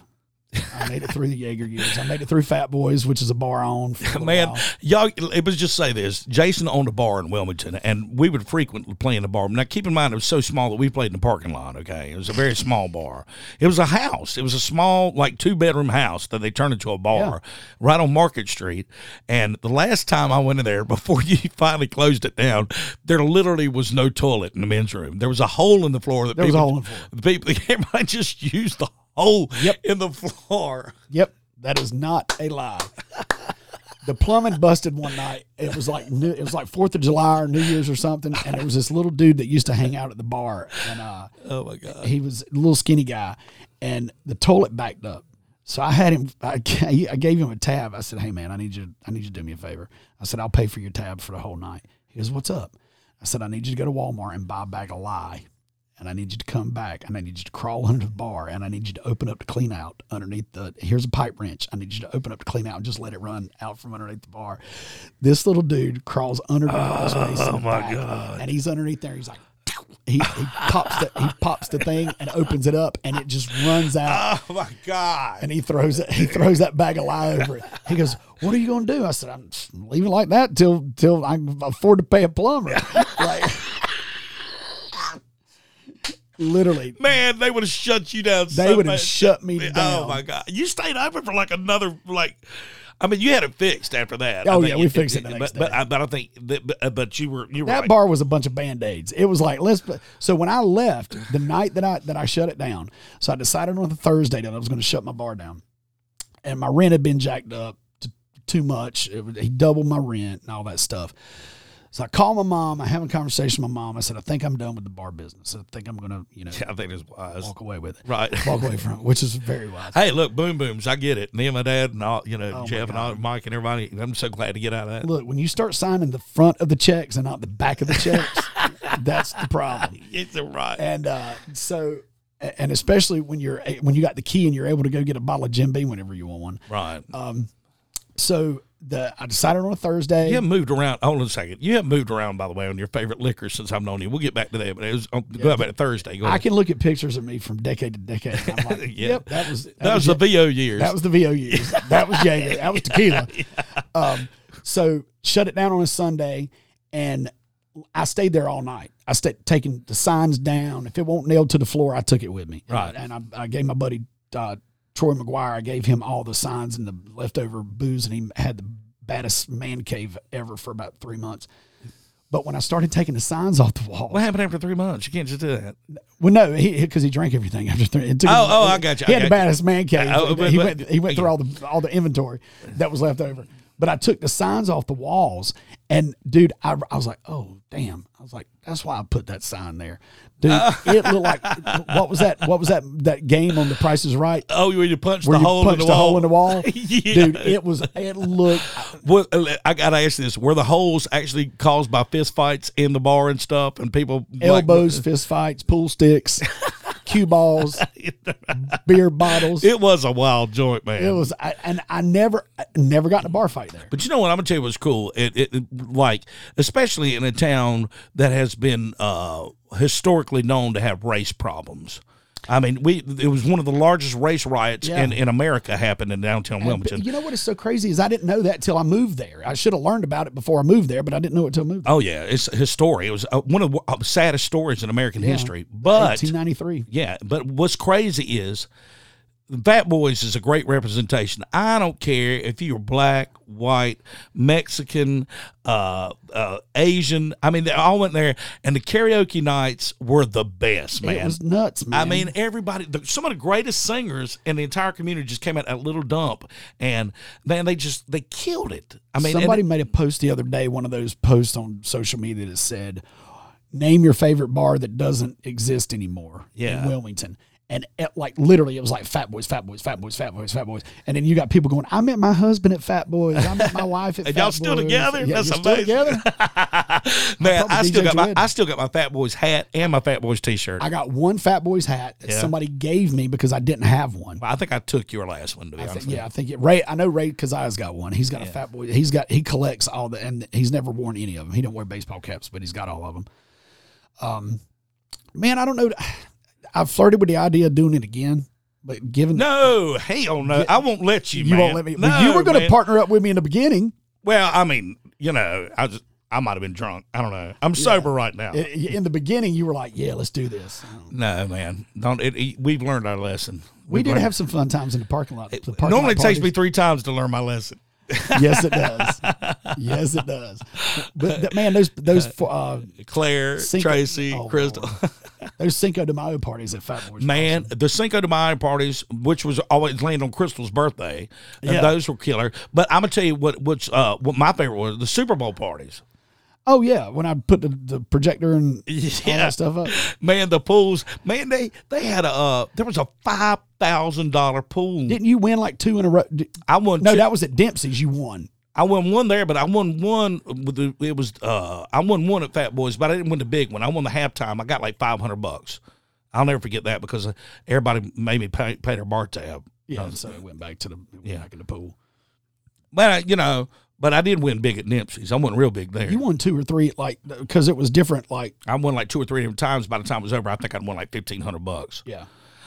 I made it through the Jaeger years. I made it through Fat Boys, which is a bar on. Man, y'all, it was just say this. Jason owned a bar in Wilmington, and we would frequently play in the bar. Now, keep in mind, it was so small that we played in the parking lot. Okay, it was a very small bar. It was a house. It was a small, like two bedroom house that they turned into a bar right on Market Street. And the last time I went in there, before you finally closed it down, there literally was no toilet in the men's room. There was a hole in the floor that There was a people, hole in the floor. the people, everybody just used the hole Yep. in the floor. Yep, that is not a lie. the plumbing busted one night. It was like new, it was like Fourth of July or New Year's or something, and there was this little dude that used to hang out at the bar, and uh, Oh my god. he was a little skinny guy, and the toilet backed up. So I had him. I, g- I gave him a tab. I said, "Hey man, I need you. I need you to do me a favor." I said, "I'll pay for your tab for the whole night." He goes, "What's up?" I said, "I need you to go to Walmart and buy a bag of lye, and I need you to come back, and I need you to crawl under the bar, and I need you to open up to clean out underneath the. Here's a pipe wrench. I need you to open up to clean out and just let it run out from underneath the bar." This little dude crawls under the bar space. Oh my God. And he's underneath there. He's like. He, he pops the he pops the thing and opens it up and it just runs out Oh my god. and he throws it he throws that bag of lye over it. He goes, "What are you going to do?" I said, "I'm just leaving it like that till till I can afford to pay a plumber." like, literally, Man, they would have shut you down. they so would have bad. shut me down. Oh my god, you stayed open for like another like. I mean, you had it fixed after that. I Oh, think yeah, we fixed it the but, next But day. I, but I think that, but, uh, but you were you were that like, bar was a bunch of band-aids it was like let's put- so when i left the night that i that i shut it down so i decided on the thursday that i was going to shut my bar down and my rent had been jacked up to, too much it, was- he doubled my rent and all that stuff so i call my mom i have a conversation with my mom i said i think i'm done with the bar business i think i'm going to you know I think it's wise. walk away with it Right. walk away from it which is very wise Hey, look, boom booms. I get it. Me and my dad and all, you know, Oh, my Jeff and all, Mike and everybody. I'm so glad to get out of that. look when you start signing the front of the checks and not the back of the checks that's the problem It's a right. and uh, so and especially when you're when you got the key and you're able to go get a bottle of Jim Beam whenever you want one. Right. Uh, So the I decided on a Thursday. you have moved around. Hold on a second. You have moved around, by the way, on your favorite liquor since I've known you. We'll get back to that. But it was on, go back to Thursday. Go I ahead. can look at pictures of me from decade to decade. and I'm like, Yeah. yep, that was that, that was the VO years. that was the VO years. that was Jaeger. That was tequila. Um, so shut it down on a Sunday, and I stayed there all night. I stayed taking the signs down. If it won't nailed to the floor, I took it with me. Right. and I, I gave my buddy uh, Troy McGuire. I gave him all the signs and the leftover booze, and he had the baddest man cave ever for about three months. But when I started taking the signs off the wall, what happened after three months? You can't just do that. well, no, he because he, drank everything after three. It took Oh, him- oh, I got you, He I had the got you. baddest man cave. Oh, but- he, but- went, he went through all the all the inventory that was left over. But I took the signs off the walls, and dude, I, I was like, oh damn! I was like, that's why I put that sign there, dude. It looked like what was that? What was that? That game on The Price is Right. Oh, you you punched Where the you hole punched in a the hole in the wall, Yeah. dude. It was. It looked. Well, uh, I gotta ask this: Were the holes actually caused by fist fights in the bar and stuff, and people like- elbows, fist fights, pool sticks, cue balls, beer bottles. it was a wild joint, man. It was, I, and I never, I never got in a bar fight there. but you know what? I'm gonna tell you what's cool. It, it, it- like, especially in a town that has been uh, historically known to have race problems. I mean, we it was one of the largest race riots Yeah. in, in America happened in downtown Wilmington. But you know what is so crazy is I didn't know that till I moved there. I should have learned about it before I moved there, but I didn't know it till I moved. Oh yeah, it's his story. It was uh, one of the uh, saddest stories in American history. But 1893. yeah, but what's crazy is Fat Boys is a great representation. I don't care if you're black, white, Mexican, uh, uh, Asian. I mean, they all went there, and the karaoke nights were the best, man. It was nuts, man. I mean, everybody, the, some of the greatest singers in the entire community just came out at Little Dump, and man, they just they killed it. I mean, and- somebody made a post the other day, one of those posts on social media that said, "Name your favorite bar that doesn't exist anymore." Yeah. in Wilmington. And it, like literally, it was like Fat Boys, Fat Boys, Fat Boys, Fat Boys, Fat Boys, and then you got people going, "I met my husband at Fat Boys. I met my wife at And Fat y'all still Boys." together? Yeah, That's you're still amazing. together. Man, probably I still DJ got my Dredd. I still got my Fat Boys hat and my Fat Boys T-shirt. I, I got one Fat Boys hat that Yeah. somebody gave me because I didn't have one. think I took your last one to be honest. with Yeah, I think it, Ray. I know Ray Kazai's got one. He's got a fat boy. He's got he collects all the and he's never worn any of them. He don't wear baseball caps, but he's got all of them. Um, man, I don't know. I've flirted with the idea of doing it again, but given you. No, hell no! I won't let you. you man. won't let me, No, well, you were going to man. partner up with me in the beginning. Well, I mean, you know, I just I might have been drunk. I don't know. I'm sober right now. I- I- In the beginning, you were like, "Yeah, let's do this." no, man, don't. It, it- we've learned our lesson. We We've did learned- have some fun times in the parking lot. the parking Normally, it lot takes parties. me three times to learn my lesson. Yes, it does. yes, it does. But that, man, those those uh, Claire, Cinco- Tracy, Oh, Crystal. those Cinco de Mayo parties at Fat Boys. Man, the Cinco de Mayo parties, which was always land on Crystal's birthday, and Yeah. those were killer. But I'm gonna tell you what what's uh, what my favorite was the Super Bowl parties. Oh yeah, when I put the, the projector and all Yeah. that stuff up. Man, the pools, man, they they had a uh, there was a five thousand dollar pool. Didn't you win like two in a row? Di- I won No, two- that was at Dempsey's. You won. I won one there, but I won one. With the, it was uh, I won one at Fat Boys, but I didn't win the big one. I won the halftime. I got like five hundred bucks. I'll never forget that because uh, everybody made me pay, pay their bar tab. Yeah, so it went back to the it went Oh. Yeah. back in the pool. But I, you know, but I did win big at Nipsey's. I won real big there. You won two or three, like because it was different. Like I won like two or three different times. By the time it was over, I think I'd won like fifteen hundred bucks. yeah,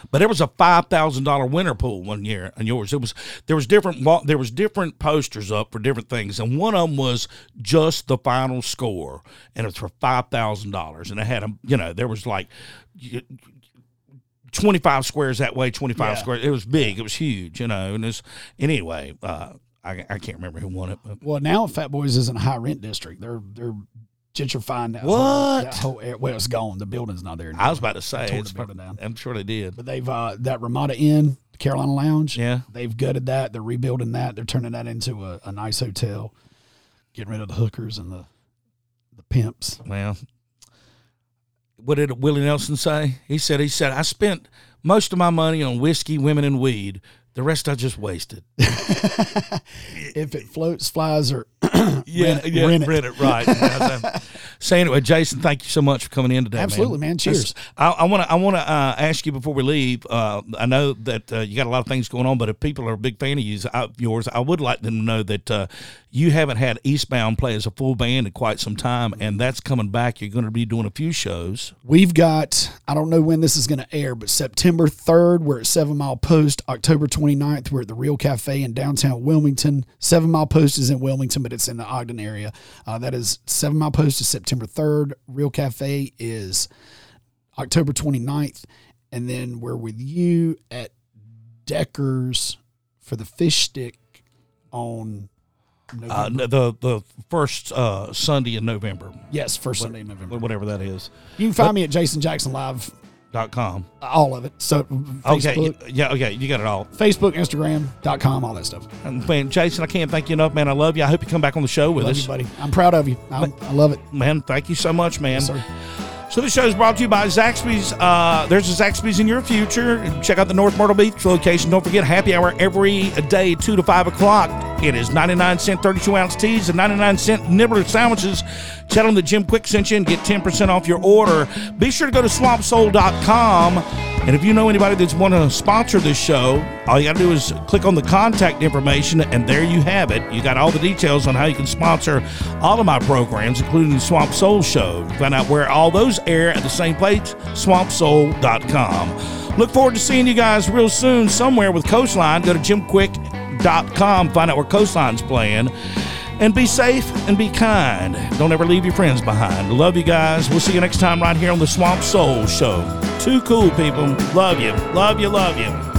But there was a five thousand dollar winner pool one year on yours. It was there was different wa- there was different posters up for different things, and one of them was just the final score, and it's for five thousand dollars, and it had a you know there was like. Twenty five squares that way, twenty five Yeah. squares. It was big. It was huge, you know. And it's anyway. Uh, I, I can't remember who won it. But well now Fat Boys is in a high rent district. They're they're gentrifying that whole, What? that whole area. Well, it's gone. The building's not there. Anymore. I was about to say, tore it's the building prob- down. I'm sure they did. But they've uh, that Ramada Inn, Carolina Lounge. Yeah. they've gutted that. They're rebuilding that. They're turning that into a, a nice hotel. Getting rid of the hookers and the the pimps. Well, what did Willie Nelson say? He said, he said, I spent most of my money on whiskey, women, and weed. The rest I just wasted. if it floats, flies, or Rent it, yeah, rent it. right. Yeah, so- so anyway, Jason, thank you so much for coming in today. Absolutely, man. This- Cheers. I want to I want to uh, ask you before we leave. Uh, I know that uh, you got a lot of things going on, but if people are a big fan of yours, I, yours, I would like them to know that uh, you haven't had Eastbound play as a full band in quite some time, and that's coming back. You're going to be doing a few shows. we've got, I don't know when this is going to air, but September 3rd, we're at Seven Mile Post. October 29th, we're at the Real Cafe in downtown Wilmington. Seven Mile Post is in Wilmington, but it's in the Ogden area. Uh, that is Seven Mile Post is September 3rd. Real Cafe is October 29th. And then we're with you at Decker's for the fish stick on November. uh, no, the the first uh, Sunday in November, yes, first Sunday in November. whatever that is. You can find me at Jason Jackson Live, dot com. all of it. So Facebook, Okay, yeah, okay, you got it all. Facebook, Instagram.com, all that stuff. And, Man, Jason, I can't thank you enough, man. I love you. I hope you come back on the show with Love us, you, buddy. I'm proud of you. I'm, I love it. man. Thank you so much, man. sir. so the show is brought to you by Zaxby's. Uh, there's a Zaxby's in your future. Check out the North Myrtle Beach location. Don't forget happy hour every day, two to five o'clock. It is 99 cent 32 ounce teas and 99 cent nibbler sandwiches. Tell them that Jim Quick sent you and get 10% off your order. Be sure to go to swampsoul.com. And if you know anybody that's want to sponsor this show, all you got to do is click on the contact information, and there you have it. You got all the details on how you can sponsor all of my programs, including the Swamp Soul Show. Find out where all those air at the same place, swampsoul.com. Look forward to seeing you guys real soon somewhere with Coastline. Go to jimquick.com, find out where Coastline's playing. And be safe and be kind. Don't ever leave your friends behind. Love you guys. We'll see you next time right here on the Swamp Soul Show. Too cool, people. Love you. Love you. Love you.